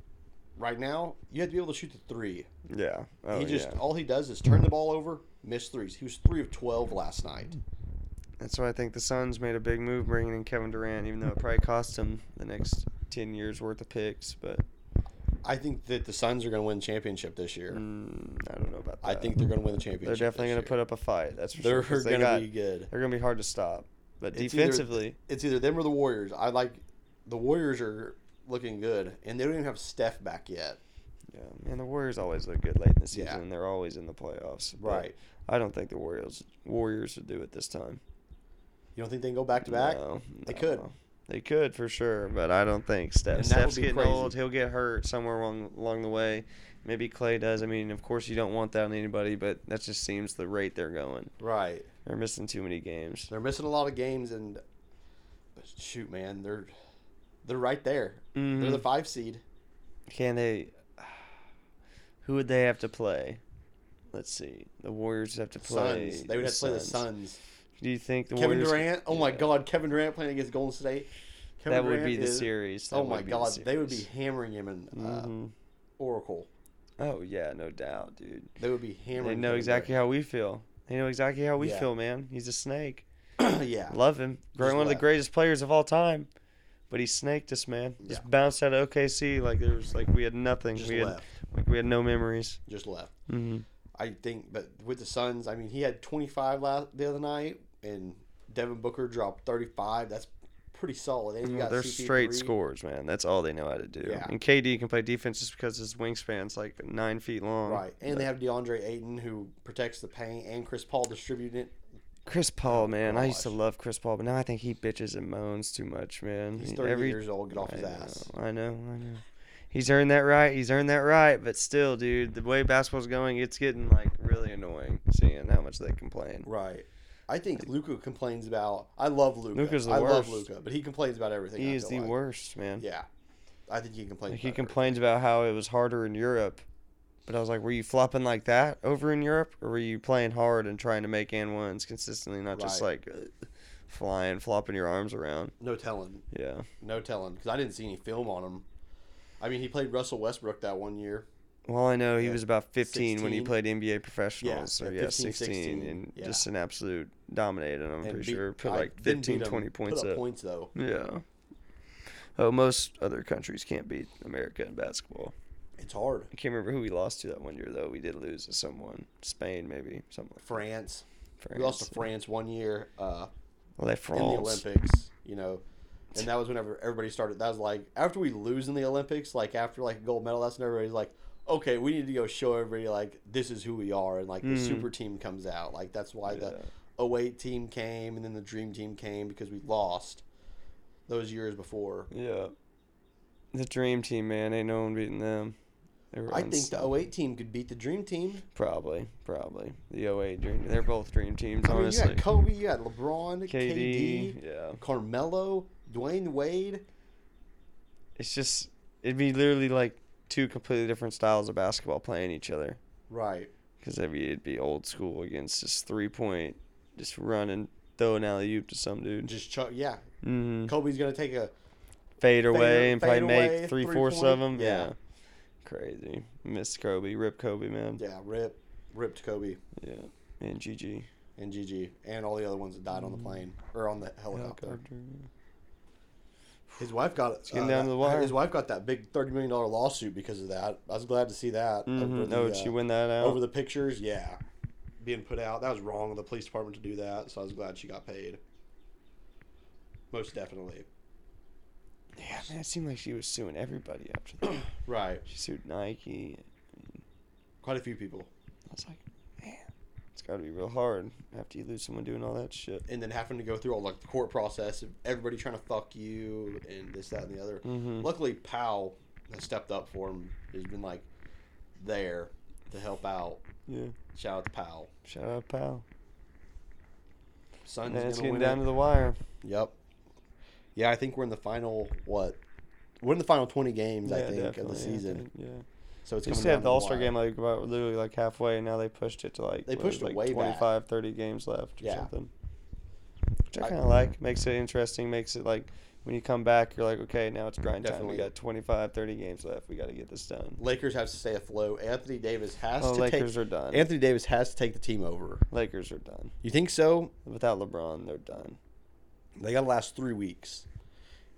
Speaker 1: right now, you have to be able to shoot the three.
Speaker 2: Yeah, oh,
Speaker 1: he just
Speaker 2: yeah.
Speaker 1: all he does is turn the ball over, miss threes. He was three of twelve last night.
Speaker 2: That's why I think the Suns made a big move bringing in Kevin Durant, even though it probably cost him the next ten years worth of picks. But
Speaker 1: I think that the Suns are going to win the championship this year.
Speaker 2: mm, I don't know about that.
Speaker 1: I think they're going to win the
Speaker 2: they're
Speaker 1: championship.
Speaker 2: definitely going
Speaker 1: going
Speaker 2: to put up a fight. That's for
Speaker 1: They're
Speaker 2: sure. 'cause they
Speaker 1: going
Speaker 2: got-
Speaker 1: to be good.
Speaker 2: They're going to be hard to stop. But
Speaker 1: It's either-
Speaker 2: defensively,
Speaker 1: it's either them or the Warriors. I like the Warriors are looking good, and they don't even have Steph back yet.
Speaker 2: yeah, man, the Warriors always look good late in the season.
Speaker 1: Yeah.
Speaker 2: They're always in the playoffs. but
Speaker 1: Right.
Speaker 2: I don't think the Warriors Warriors would do it this time.
Speaker 1: You don't think they can go back to back?
Speaker 2: No,
Speaker 1: They
Speaker 2: no,
Speaker 1: could.
Speaker 2: no. They could for sure, but I don't think
Speaker 1: And that
Speaker 2: Steph.
Speaker 1: would
Speaker 2: Steph's
Speaker 1: be
Speaker 2: getting
Speaker 1: crazy.
Speaker 2: old. He'll get hurt somewhere along, along the way. Maybe Clay does. I mean, of course, you don't want that on anybody, but that just seems the rate they're going.
Speaker 1: Right.
Speaker 2: They're missing too many games.
Speaker 1: They're missing a lot of games, and but shoot, man, they're They're right there.
Speaker 2: Mm-hmm.
Speaker 1: They're the five seed.
Speaker 2: Can they? Who would they have to play? Let's see. The Warriors have to play.
Speaker 1: Suns. They would have to play the Suns.
Speaker 2: Do you think the
Speaker 1: Kevin
Speaker 2: Warriors?
Speaker 1: Durant. Oh my
Speaker 2: Yeah.
Speaker 1: God, Kevin Durant playing against Golden State. Kevin
Speaker 2: That would
Speaker 1: Durant
Speaker 2: be the
Speaker 1: is-
Speaker 2: series. That
Speaker 1: Oh
Speaker 2: would
Speaker 1: my
Speaker 2: be the
Speaker 1: God, they would be
Speaker 2: series.
Speaker 1: hammering him in uh,
Speaker 2: Mhm.
Speaker 1: Oracle.
Speaker 2: Oh yeah, no doubt, dude.
Speaker 1: They would be hammering.
Speaker 2: They know
Speaker 1: Kevin
Speaker 2: exactly how we feel. They know exactly how we
Speaker 1: Yeah.
Speaker 2: feel, man. He's a snake.
Speaker 1: Durant. yeah.
Speaker 2: Love him. Great,
Speaker 1: Just
Speaker 2: one of the
Speaker 1: left.
Speaker 2: greatest players of all time. But he snaked us, man. Just bounced out of OKC like there was like we had nothing.
Speaker 1: Just
Speaker 2: we had
Speaker 1: left.
Speaker 2: like we had no memories.
Speaker 1: Just left.
Speaker 2: hmm
Speaker 1: I think, but with the Suns, I mean, he had 25 last the other night, and Devin Booker dropped 35. That's pretty solid. And you got
Speaker 2: Mm, they're
Speaker 1: CP3.
Speaker 2: straight scorers, man. That's all they know how to do.
Speaker 1: Yeah.
Speaker 2: And KD can play defense just because his wingspan's like nine feet long.
Speaker 1: Right, and they have DeAndre Ayton who protects the paint, and Chris Paul distributing it.
Speaker 2: Chris Paul, man. I used to
Speaker 1: Oh, gosh.
Speaker 2: love Chris Paul, but now I think he bitches and moans too much, man.
Speaker 1: He's
Speaker 2: He-
Speaker 1: 30
Speaker 2: every-
Speaker 1: years old. Get off his
Speaker 2: I
Speaker 1: ass.
Speaker 2: know, I know, I know. He's earned that right. He's earned that right. But still, dude, the way basketball's going, it's getting like really annoying seeing how much they complain.
Speaker 1: Right. I think Luca complains about. I love Luca.
Speaker 2: Luka's the
Speaker 1: I love
Speaker 2: worst.
Speaker 1: Luca, but he complains about everything.
Speaker 2: He
Speaker 1: I
Speaker 2: is
Speaker 1: feel
Speaker 2: the
Speaker 1: like.
Speaker 2: worst, man.
Speaker 1: Yeah, I think he complains.
Speaker 2: Like, he
Speaker 1: about
Speaker 2: complains about how it was harder in Europe. But I was like, were you flopping like that over in Europe? Or were you playing hard and trying to make and ones consistently, not just like uh, flying, flopping your arms around?
Speaker 1: everything. No telling.
Speaker 2: Yeah.
Speaker 1: No telling, because I didn't see any film on him. I mean, he played Russell Westbrook that one year.
Speaker 2: Well, I know he
Speaker 1: Yeah.
Speaker 2: was about 15 when he
Speaker 1: 16.
Speaker 2: played NBA professionals.
Speaker 1: yeah,
Speaker 2: or yeah,
Speaker 1: 15,
Speaker 2: 16,
Speaker 1: 16,
Speaker 2: and
Speaker 1: yeah.
Speaker 2: just an absolute dominated. I'm
Speaker 1: and
Speaker 2: pretty
Speaker 1: beat-
Speaker 2: sure put
Speaker 1: I
Speaker 2: like
Speaker 1: didn't beat
Speaker 2: 15,
Speaker 1: him.
Speaker 2: 20 points
Speaker 1: put
Speaker 2: up.
Speaker 1: up points though.
Speaker 2: Yeah. Oh, most other countries can't beat America in basketball.
Speaker 1: It's hard.
Speaker 2: I can't remember who we lost to that one year though. We did lose to someone, Spain maybe, something like
Speaker 1: France.
Speaker 2: France.
Speaker 1: We lost to France one year uh,
Speaker 2: Le
Speaker 1: in the
Speaker 2: France.
Speaker 1: Olympics, you know. And that was whenever everybody started. That was like after we lose in the Olympics, like after like gold medal, that's when everybody's like, okay, we need to go show everybody like this is who we are, and like the
Speaker 2: Mm.
Speaker 1: super team comes out. Like that's why the 08 team came, and then the dream team came because we lost those years before.
Speaker 2: Yeah. The dream team, man, ain't no one beating them. They were
Speaker 1: I think the
Speaker 2: unstoppable.
Speaker 1: 08 team could beat the dream team.
Speaker 2: probably, probably the 08 dream. They're both dream teams,
Speaker 1: I mean, you
Speaker 2: honestly.
Speaker 1: got Kobe, you got LeBron,
Speaker 2: KD,
Speaker 1: KD
Speaker 2: yeah.
Speaker 1: Carmelo, Dwayne Wade.
Speaker 2: It's just it'd be literally like two completely different styles of basketball playing each other.
Speaker 1: Right.
Speaker 2: Because I mean, it'd be old school against just three point, just running, throw an alley oop to some dude.
Speaker 1: Just chuck. Yeah.
Speaker 2: Mm-hmm.
Speaker 1: Kobe's gonna take a
Speaker 2: Fade away and
Speaker 1: fade
Speaker 2: probably
Speaker 1: away,
Speaker 2: make three fourths
Speaker 1: three-point,
Speaker 2: of them.
Speaker 1: yeah.
Speaker 2: Yeah. Crazy. Miss Kobe. Rip Kobe, man.
Speaker 1: yeah rip, ripped Kobe
Speaker 2: Yeah. And GG.
Speaker 1: and GG and all the other ones that died on the plane or on Oh, the helicopter.
Speaker 2: Helicopter.
Speaker 1: His wife got it's
Speaker 2: getting down to the wire.
Speaker 1: His wife got that big thirty million dollar lawsuit because of that. I was glad to see that.
Speaker 2: hmm
Speaker 1: over the,
Speaker 2: Oh, did she
Speaker 1: uh,
Speaker 2: win that out?
Speaker 1: over the pictures. Yeah, being put out. That was wrong of the police department to do that. So I was glad she got paid. Most definitely.
Speaker 2: yeah, man. It seemed like she was suing everybody after that.
Speaker 1: Right.
Speaker 2: she sued Nike.
Speaker 1: Quite a few people.
Speaker 2: I was like, man, it's got to be real hard after you lose someone doing all that shit.
Speaker 1: and then having to go through all like the court process of everybody trying to fuck you and this that and the other.
Speaker 2: Mhm.
Speaker 1: Luckily, Powell has stepped up for him. Has been like there to help out.
Speaker 2: Yeah.
Speaker 1: Shout out to Powell.
Speaker 2: Shout out, pal.
Speaker 1: Suns
Speaker 2: And it's
Speaker 1: gonna
Speaker 2: getting
Speaker 1: win
Speaker 2: down
Speaker 1: it.
Speaker 2: to the wire.
Speaker 1: Yep. Yeah, I think we're in the final what? We're in the final twenty games, I think, of the
Speaker 2: definitely, I
Speaker 1: season.
Speaker 2: think, yeah.
Speaker 1: So it's
Speaker 2: They
Speaker 1: coming
Speaker 2: used to
Speaker 1: down
Speaker 2: have
Speaker 1: to
Speaker 2: the All Star
Speaker 1: wire.
Speaker 2: game like about literally like halfway, and now they pushed it to like
Speaker 1: They
Speaker 2: what was
Speaker 1: pushed it
Speaker 2: it, like
Speaker 1: way back.
Speaker 2: 25, 30 games left or
Speaker 1: Yeah.
Speaker 2: something. Which
Speaker 1: I-
Speaker 2: I kind of like. Makes it interesting. Makes it like when you come back, you're like, okay, now it's grind
Speaker 1: Definitely.
Speaker 2: time. We got 25, 30 games left. We got to get this done.
Speaker 1: Lakers have to stay afloat. Anthony Davis has
Speaker 2: Oh,
Speaker 1: to
Speaker 2: Lakers
Speaker 1: take.
Speaker 2: are done.
Speaker 1: Anthony Davis has to take the team over.
Speaker 2: Lakers are done.
Speaker 1: You think so?
Speaker 2: Without LeBron, they're done.
Speaker 1: They got to last three weeks,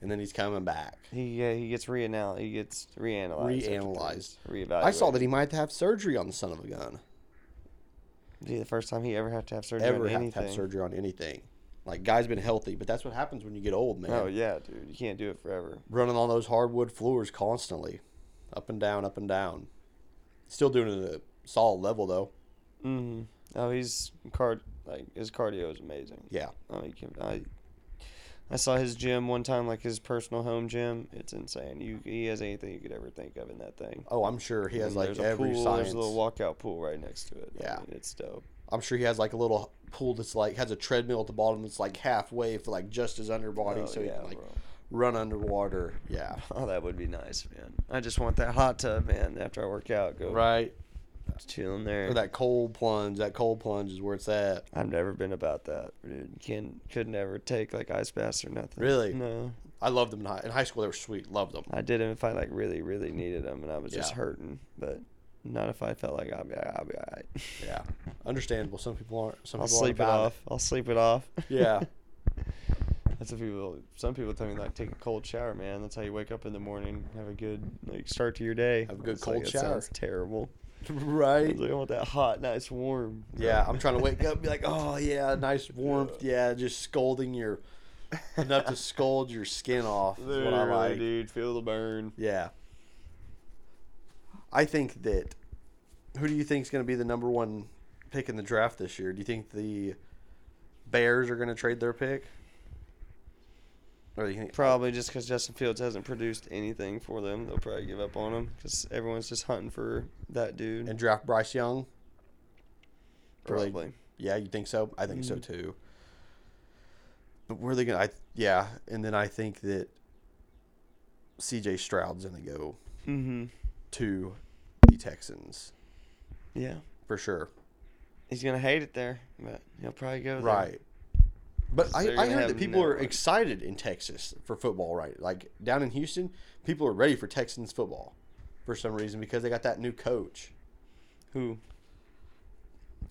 Speaker 1: and then he's coming back.
Speaker 2: He uh, he gets reanal he gets reanalyzed.
Speaker 1: Reanalyzed.
Speaker 2: Reevaluated.
Speaker 1: I saw that he might have surgery on the son of a gun.
Speaker 2: Be the first time he ever had to have surgery.
Speaker 1: Ever have
Speaker 2: on
Speaker 1: to
Speaker 2: anything.
Speaker 1: have surgery on anything? Like guy's been healthy, but that's what happens when you get old, man.
Speaker 2: Oh yeah, dude, you can't do it forever.
Speaker 1: Running on those hardwood floors constantly, up and down, up and down. Still doing it at a solid level though.
Speaker 2: Mm-hmm. Oh, he's card like his cardio is amazing.
Speaker 1: Yeah,
Speaker 2: Oh, he can, I I saw his gym one time, like his personal home gym. It's insane. You he has anything you could ever think of in that thing.
Speaker 1: Oh, I'm sure he has
Speaker 2: And
Speaker 1: like
Speaker 2: there's
Speaker 1: every
Speaker 2: a pool,
Speaker 1: science.
Speaker 2: There's a little walkout pool right next to it. I
Speaker 1: Yeah.
Speaker 2: mean, it's dope.
Speaker 1: I'm sure he has like a little pool that's like has a treadmill at the bottom that's like halfway for like just his underbody,
Speaker 2: Oh,
Speaker 1: so he
Speaker 2: yeah,
Speaker 1: can like
Speaker 2: bro.
Speaker 1: run underwater. Yeah.
Speaker 2: Oh, that would be nice, man. I just want that hot tub, man. After I work out, go
Speaker 1: Right.
Speaker 2: just chill in there.
Speaker 1: Or that cold plunge. That cold plunge is where it's at.
Speaker 2: I've never been about that, dude. Can could never take like ice baths or nothing.
Speaker 1: Really?
Speaker 2: No,
Speaker 1: I loved them in high, in high school. They were sweet. Loved them.
Speaker 2: I did them if I like really, really needed them, and I was just
Speaker 1: Yeah.
Speaker 2: hurting. But not if I felt like I'll be, I'll be all right.
Speaker 1: Yeah. Understandable. Some people aren't. Some
Speaker 2: I'll
Speaker 1: people
Speaker 2: sleep it
Speaker 1: aren't about
Speaker 2: off. I'll sleep it off.
Speaker 1: Yeah.
Speaker 2: That's what people. Some people tell me like take a cold shower, man. That's how you wake up in the morning, have a good like start to your day.
Speaker 1: Have a good
Speaker 2: It's like,
Speaker 1: cold
Speaker 2: "That
Speaker 1: shower."
Speaker 2: sounds terrible. I
Speaker 1: right.
Speaker 2: was like, I want that hot, nice, warm.
Speaker 1: Yeah. I'm trying to wake up. and Be like, oh yeah, nice warmth. Yeah, just scolding your enough to scold your skin off. Is what I
Speaker 2: Literally,
Speaker 1: like.
Speaker 2: dude. Feel the burn.
Speaker 1: Yeah. I think that. Who do you think is going to be the number one pick in the draft this year? Do you think the Bears are going to trade their pick? Or do you think
Speaker 2: Probably just because Justin Fields hasn't produced anything for them, they'll probably give up on him because everyone's just hunting for that dude.
Speaker 1: and draft Bryce Young? Or they-
Speaker 2: Probably.
Speaker 1: Yeah, you think so? I think so too. But where are they going? to I yeah, and then I think that C.J. Stroud's going to go
Speaker 2: Mm-hmm.
Speaker 1: to the Texans
Speaker 2: Yeah,
Speaker 1: for sure.
Speaker 2: he's gonna hate it there, but he'll probably go there.
Speaker 1: Right. But I,
Speaker 2: They're
Speaker 1: I
Speaker 2: gonna
Speaker 1: heard
Speaker 2: have
Speaker 1: that people are
Speaker 2: no-
Speaker 1: excited in Texas for football, right? Like down in Houston, people are ready for Texans football for some reason because they got that new coach.
Speaker 2: Who?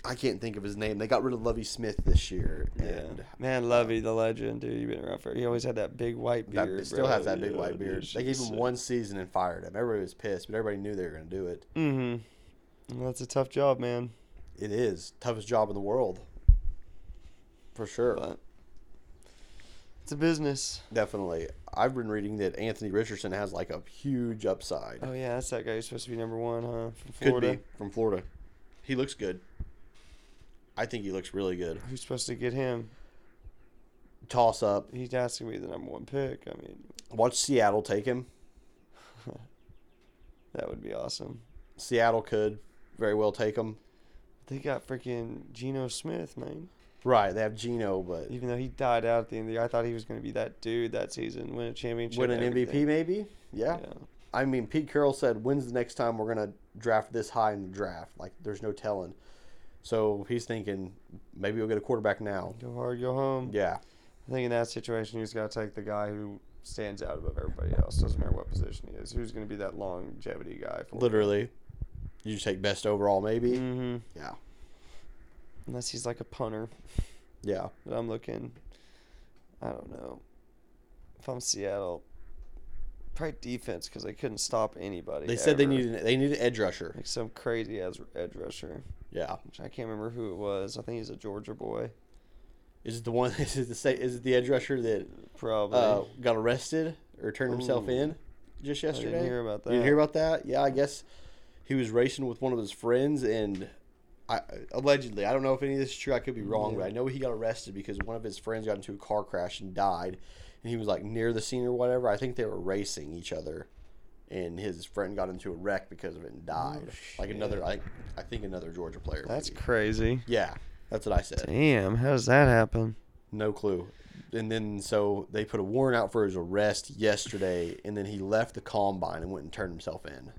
Speaker 1: I can't think of his name. They got rid of Lovey Smith this year.
Speaker 2: Yeah.
Speaker 1: And
Speaker 2: Man, Lovey, the legend, dude. You've been around for. He always had that big white
Speaker 1: that,
Speaker 2: beard.
Speaker 1: still has that big white beard. They gave him one season and fired him. Everybody was pissed, but everybody knew they were going to do it.
Speaker 2: Mm-hmm. that's a tough job, man.
Speaker 1: It is toughest job in the world, for sure.
Speaker 2: But it's a business.
Speaker 1: Definitely. I've been reading that Anthony Richardson has like a huge upside.
Speaker 2: Oh yeah, that's that guy who's supposed to be number one, huh? From
Speaker 1: Could
Speaker 2: Florida.
Speaker 1: be from Florida. He looks good. I think he looks really good.
Speaker 2: Who's supposed to get him?
Speaker 1: Toss up.
Speaker 2: He's asking me the number one pick. I mean,
Speaker 1: Watch Seattle take him.
Speaker 2: that would be awesome.
Speaker 1: Seattle could very well take him.
Speaker 2: They got freaking Geno Smith, man.
Speaker 1: Right, they have Gino, but
Speaker 2: Even though he died out at the end of the year, I thought he was going to be that dude that season, win a championship,
Speaker 1: win an MVP
Speaker 2: everything.
Speaker 1: maybe. Yeah.
Speaker 2: Yeah.
Speaker 1: I mean, Pete Carroll said, "When's the next time we're gonna draft this high in the draft?" Like, there's no telling. So he's thinking maybe we'll get a quarterback now.
Speaker 2: Go hard, go home.
Speaker 1: Yeah,
Speaker 2: I think in that situation, you just got to take the guy who stands out above everybody else. Doesn't matter what position he is. Who's going to be that longevity guy? For
Speaker 1: literally. You just take best overall, maybe.
Speaker 2: Mm-hmm.
Speaker 1: Yeah,
Speaker 2: Unless he's like a punter,
Speaker 1: yeah.
Speaker 2: but I'm looking. I don't know. If I'm Seattle, probably defense because they couldn't stop anybody.
Speaker 1: They said they
Speaker 2: ever.
Speaker 1: needed they needed edge rusher.
Speaker 2: like some crazy ass edge rusher.
Speaker 1: Yeah.
Speaker 2: which I can't remember who it was. I think he's a Georgia boy,
Speaker 1: Is it the one? Is it the sa- is it the edge rusher that
Speaker 2: probably.
Speaker 1: uh, got arrested or turned himself
Speaker 2: Ooh.
Speaker 1: in just
Speaker 2: I
Speaker 1: yesterday?
Speaker 2: didn't hear about that.
Speaker 1: You didn't hear about that? Yeah, I guess he was racing with one of his friends, and I allegedly, I don't know if any of this is true. I could be wrong, but I know he got arrested because one of his friends got into a car crash and died, and he was like near the scene or whatever. I think they were racing each other, and his friend got into a wreck because of it and died. like another, I I think another Georgia player.
Speaker 2: That's
Speaker 1: maybe.
Speaker 2: crazy.
Speaker 1: yeah, that's what I said.
Speaker 2: Damn, how does that happen?
Speaker 1: No clue. And then so they put a warrant out for his arrest yesterday, and then he left the combine and went and turned himself in.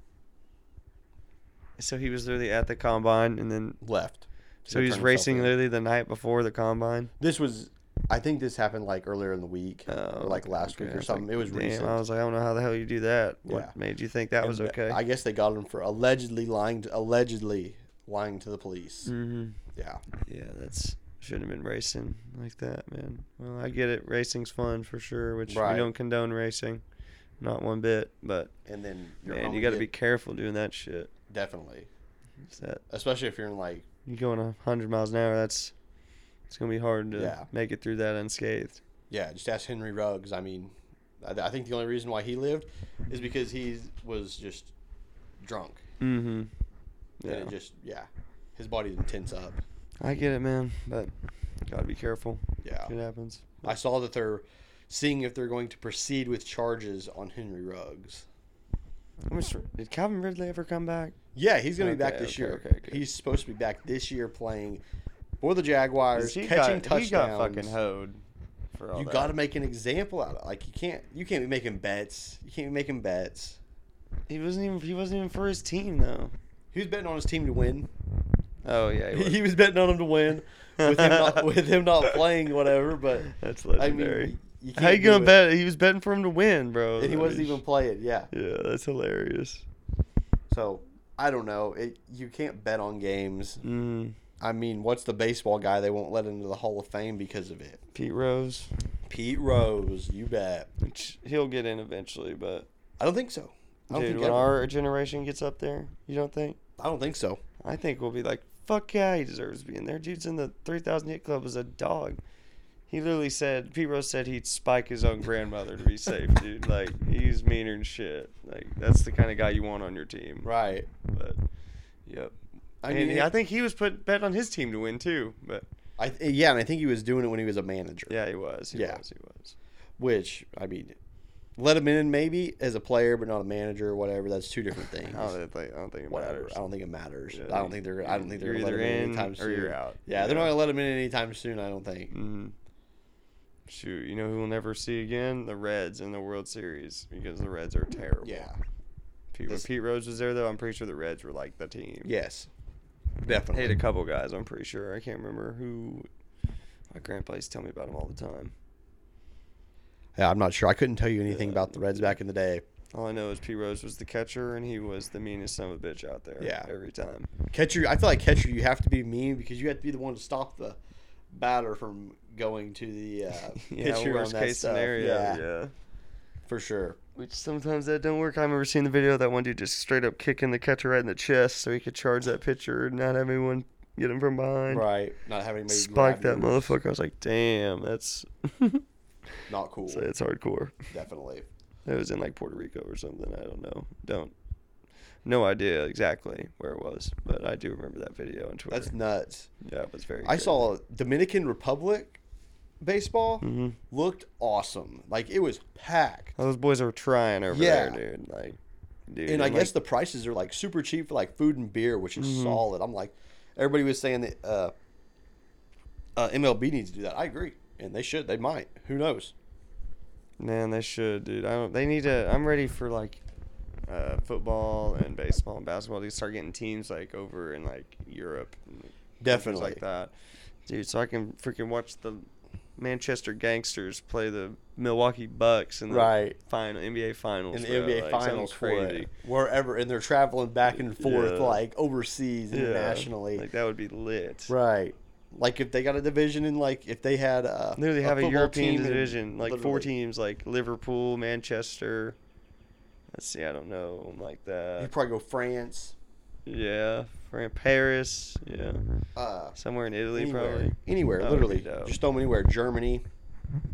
Speaker 2: So he was literally at the combine, and then
Speaker 1: Left. to
Speaker 2: so
Speaker 1: go
Speaker 2: he's
Speaker 1: turn himself
Speaker 2: racing
Speaker 1: in.
Speaker 2: literally the night before the combine.
Speaker 1: This was, I think this happened like earlier in the week,
Speaker 2: Oh,
Speaker 1: or like last
Speaker 2: okay.
Speaker 1: week
Speaker 2: I
Speaker 1: or
Speaker 2: was
Speaker 1: something.
Speaker 2: like,
Speaker 1: it was
Speaker 2: damn,
Speaker 1: recent.
Speaker 2: I was like, I don't know how the hell you do that. What
Speaker 1: Yeah.
Speaker 2: made you think that
Speaker 1: And
Speaker 2: was
Speaker 1: th-
Speaker 2: okay?
Speaker 1: I guess they got him for allegedly lying, to, allegedly lying to the police.
Speaker 2: mm-hmm.
Speaker 1: Yeah,
Speaker 2: Yeah, that's shouldn't have been racing like that, man. Well, I get it. Racing's fun for sure, which
Speaker 1: Right.
Speaker 2: we don't condone racing, not one bit. But
Speaker 1: and then you're
Speaker 2: man,
Speaker 1: home
Speaker 2: you got to be
Speaker 1: again.
Speaker 2: careful doing that shit.
Speaker 1: definitely,
Speaker 2: It's that
Speaker 1: especially if you're in like
Speaker 2: you going a hundred miles an hour. That's it's gonna be hard to
Speaker 1: Yeah.
Speaker 2: make it through that unscathed.
Speaker 1: Yeah, just ask Henry Ruggs. I mean, I, I think the only reason why he lived is because he was just drunk.
Speaker 2: Mm-hmm.
Speaker 1: Yeah. And
Speaker 2: Yeah,
Speaker 1: it just, yeah. His body didn't tense up.
Speaker 2: I get it, man. But gotta be careful.
Speaker 1: Yeah.
Speaker 2: It happens.
Speaker 1: I saw that they're seeing if they're going to proceed with charges on Henry Ruggs.
Speaker 2: I'm just, did Calvin Ridley ever come back?
Speaker 1: Yeah, he's going to be back
Speaker 2: Okay,
Speaker 1: this
Speaker 2: okay,
Speaker 1: year.
Speaker 2: okay, okay.
Speaker 1: He's supposed to be back this year playing for the Jaguars, catching touchdowns.
Speaker 2: He got fucking hoed for all
Speaker 1: you
Speaker 2: that.
Speaker 1: got to make an example out of. Like you can't you can't be making bets. You can't be making bets.
Speaker 2: He wasn't even. He wasn't even for his team though.
Speaker 1: He was betting on his team to win.
Speaker 2: Oh yeah. He was.
Speaker 1: He was betting on him to win with him not, with him not playing whatever. But
Speaker 2: That's
Speaker 1: I mean,
Speaker 2: legendary.
Speaker 1: you
Speaker 2: How you
Speaker 1: can't do
Speaker 2: gonna
Speaker 1: it.
Speaker 2: bet? He was betting for him to win, bro.
Speaker 1: And he
Speaker 2: I
Speaker 1: wasn't
Speaker 2: mean,
Speaker 1: even playing. Yeah.
Speaker 2: Yeah, that's hilarious.
Speaker 1: So I don't know. It, you can't bet on games.
Speaker 2: Mm,
Speaker 1: I mean, what's the baseball guy they won't let into the Hall of Fame because of it?
Speaker 2: Pete Rose,
Speaker 1: Pete Rose. You bet.
Speaker 2: which he'll get in eventually, but
Speaker 1: I don't think so. I don't
Speaker 2: dude,
Speaker 1: think
Speaker 2: when
Speaker 1: ever-
Speaker 2: our generation gets up there, you don't think?
Speaker 1: I don't think so.
Speaker 2: I think we'll be like, fuck yeah, he deserves to be in there. Dude's in the 3,000 hit club as a dog. He literally said, Pete Rose said he'd spike his own grandmother to be safe, dude. Like, he's meaner than shit. Like, that's the kind of guy you want on your team.
Speaker 1: Right.
Speaker 2: But, yep.
Speaker 1: I
Speaker 2: and
Speaker 1: mean,
Speaker 2: he- I think he was put bet on his team to win too, but
Speaker 1: I th- yeah, and I think he was doing it when he was a manager.
Speaker 2: yeah, he was. He
Speaker 1: Yeah.
Speaker 2: was. He was.
Speaker 1: Which I mean, let him in maybe as a player, but not a manager or whatever. That's two different things.
Speaker 2: I don't think. I don't think it
Speaker 1: Whatever.
Speaker 2: matters.
Speaker 1: I don't think it matters.
Speaker 2: Yeah,
Speaker 1: I don't think they're. I don't think they're
Speaker 2: you're
Speaker 1: gonna let him
Speaker 2: either
Speaker 1: in
Speaker 2: in
Speaker 1: anytime
Speaker 2: or
Speaker 1: soon.
Speaker 2: you're out.
Speaker 1: Yeah, they're
Speaker 2: Yeah.
Speaker 1: not gonna let him in anytime soon. I don't think.
Speaker 2: Mhm. Shoot, you know who we'll never see again? The Reds in the World Series because the Reds are terrible.
Speaker 1: Yeah.
Speaker 2: Pete, when
Speaker 1: This-
Speaker 2: Pete Rose was there though, I'm pretty sure the Reds were like the team.
Speaker 1: Yes.
Speaker 2: I
Speaker 1: Definitely.
Speaker 2: had a couple guys. I'm pretty sure. I can't remember who. My grandpa used to tell me about them all the time.
Speaker 1: Yeah, I'm not sure. I couldn't tell you anything
Speaker 2: Yeah.
Speaker 1: about the Reds back in the day.
Speaker 2: All I know is Pete Rose was the catcher, and he was the meanest son of a bitch out there.
Speaker 1: Yeah.
Speaker 2: every time.
Speaker 1: Catcher, I feel like catcher, you have to be mean because you have to be the one to stop the batter from going to the uh, pitcher on that stuff. Yeah,
Speaker 2: yeah.
Speaker 1: for sure.
Speaker 2: Which sometimes that don't work. I remember seeing the video of that one dude just straight up kicking the catcher right in the chest so he could charge that pitcher and not have anyone get him from behind.
Speaker 1: Right, not having anybody
Speaker 2: Spike that
Speaker 1: grab you.
Speaker 2: motherfucker. I was like, damn, that's
Speaker 1: Not cool.
Speaker 2: so it's hardcore.
Speaker 1: Definitely.
Speaker 2: It was in like Puerto Rico or something. I don't know. Don't no idea exactly where it was, but I do remember that video on Twitter.
Speaker 1: That's nuts.
Speaker 2: yeah, it was very.
Speaker 1: I saw Dominican Republic baseball
Speaker 2: hmm
Speaker 1: looked awesome. Like it was packed.
Speaker 2: Those boys are trying over
Speaker 1: Yeah.
Speaker 2: there, dude. Like, dude,
Speaker 1: and I
Speaker 2: like, Mm-hmm.
Speaker 1: guess the prices are like super cheap for like food and beer, which is solid. I'm like, everybody was saying that uh, uh, MLB needs to do that. I agree, and they should. They might. Who knows?
Speaker 2: Man, they should, dude. I don't. They need to. I'm ready for like, uh, football and baseball and basketball to start getting teams like over in like Europe, and countries
Speaker 1: Definitely.
Speaker 2: like that, dude. So I can freaking watch the Manchester Gangsters play the Milwaukee Bucks in the
Speaker 1: Right.
Speaker 2: final NBA Finals.
Speaker 1: In the
Speaker 2: bro.
Speaker 1: NBA
Speaker 2: Like, something
Speaker 1: finals, for it. wherever, and they're traveling back and forth
Speaker 2: Yeah.
Speaker 1: like overseas,
Speaker 2: Yeah.
Speaker 1: internationally.
Speaker 2: Like that would be lit.
Speaker 1: right. Like if they got a division in, like if they had a
Speaker 2: Literally have a,
Speaker 1: football
Speaker 2: European
Speaker 1: team in-
Speaker 2: division, like four
Speaker 1: literally.
Speaker 2: teams, like Liverpool, Manchester. Let's see, I don't know, like that.
Speaker 1: You probably go France,
Speaker 2: Yeah, France, Paris. Yeah,
Speaker 1: uh,
Speaker 2: somewhere in Italy
Speaker 1: anywhere,
Speaker 2: probably.
Speaker 1: anywhere,
Speaker 2: That would be
Speaker 1: literally,
Speaker 2: dope.
Speaker 1: just throw them anywhere. Germany,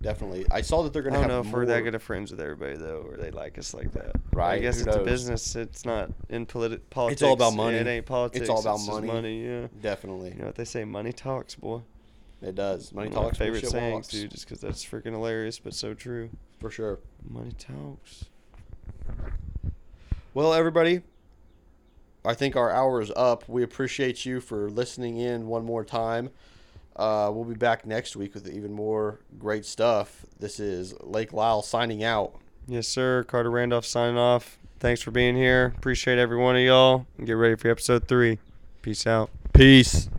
Speaker 1: definitely. I saw that they're
Speaker 2: I
Speaker 1: gonna
Speaker 2: don't
Speaker 1: have
Speaker 2: know if we're that
Speaker 1: more-
Speaker 2: good of friends with everybody though, or they like us like that. I
Speaker 1: Right,
Speaker 2: guess
Speaker 1: who
Speaker 2: it's a
Speaker 1: knows?
Speaker 2: business. It's not in politi- politics.
Speaker 1: all about
Speaker 2: and
Speaker 1: money.
Speaker 2: It ain't politics.
Speaker 1: It's all about
Speaker 2: just
Speaker 1: money.
Speaker 2: Yeah.
Speaker 1: Definitely,
Speaker 2: You know what they say? Money talks, boy.
Speaker 1: it does. Money
Speaker 2: One of my
Speaker 1: talks,
Speaker 2: favorite
Speaker 1: bullshit
Speaker 2: sayings,
Speaker 1: walks,
Speaker 2: dude, just because that's freaking hilarious, but so true.
Speaker 1: for sure.
Speaker 2: Money talks.
Speaker 1: Well, everybody, I think our hour is up. We appreciate you for listening in one more time. Uh, we'll be back next week with even more great stuff. This is Lake Lyle signing out.
Speaker 2: Yes, sir. Carter Randolph signing off. Thanks for being here. Appreciate every one of y'all. And get ready for episode three. Peace out.
Speaker 1: Peace.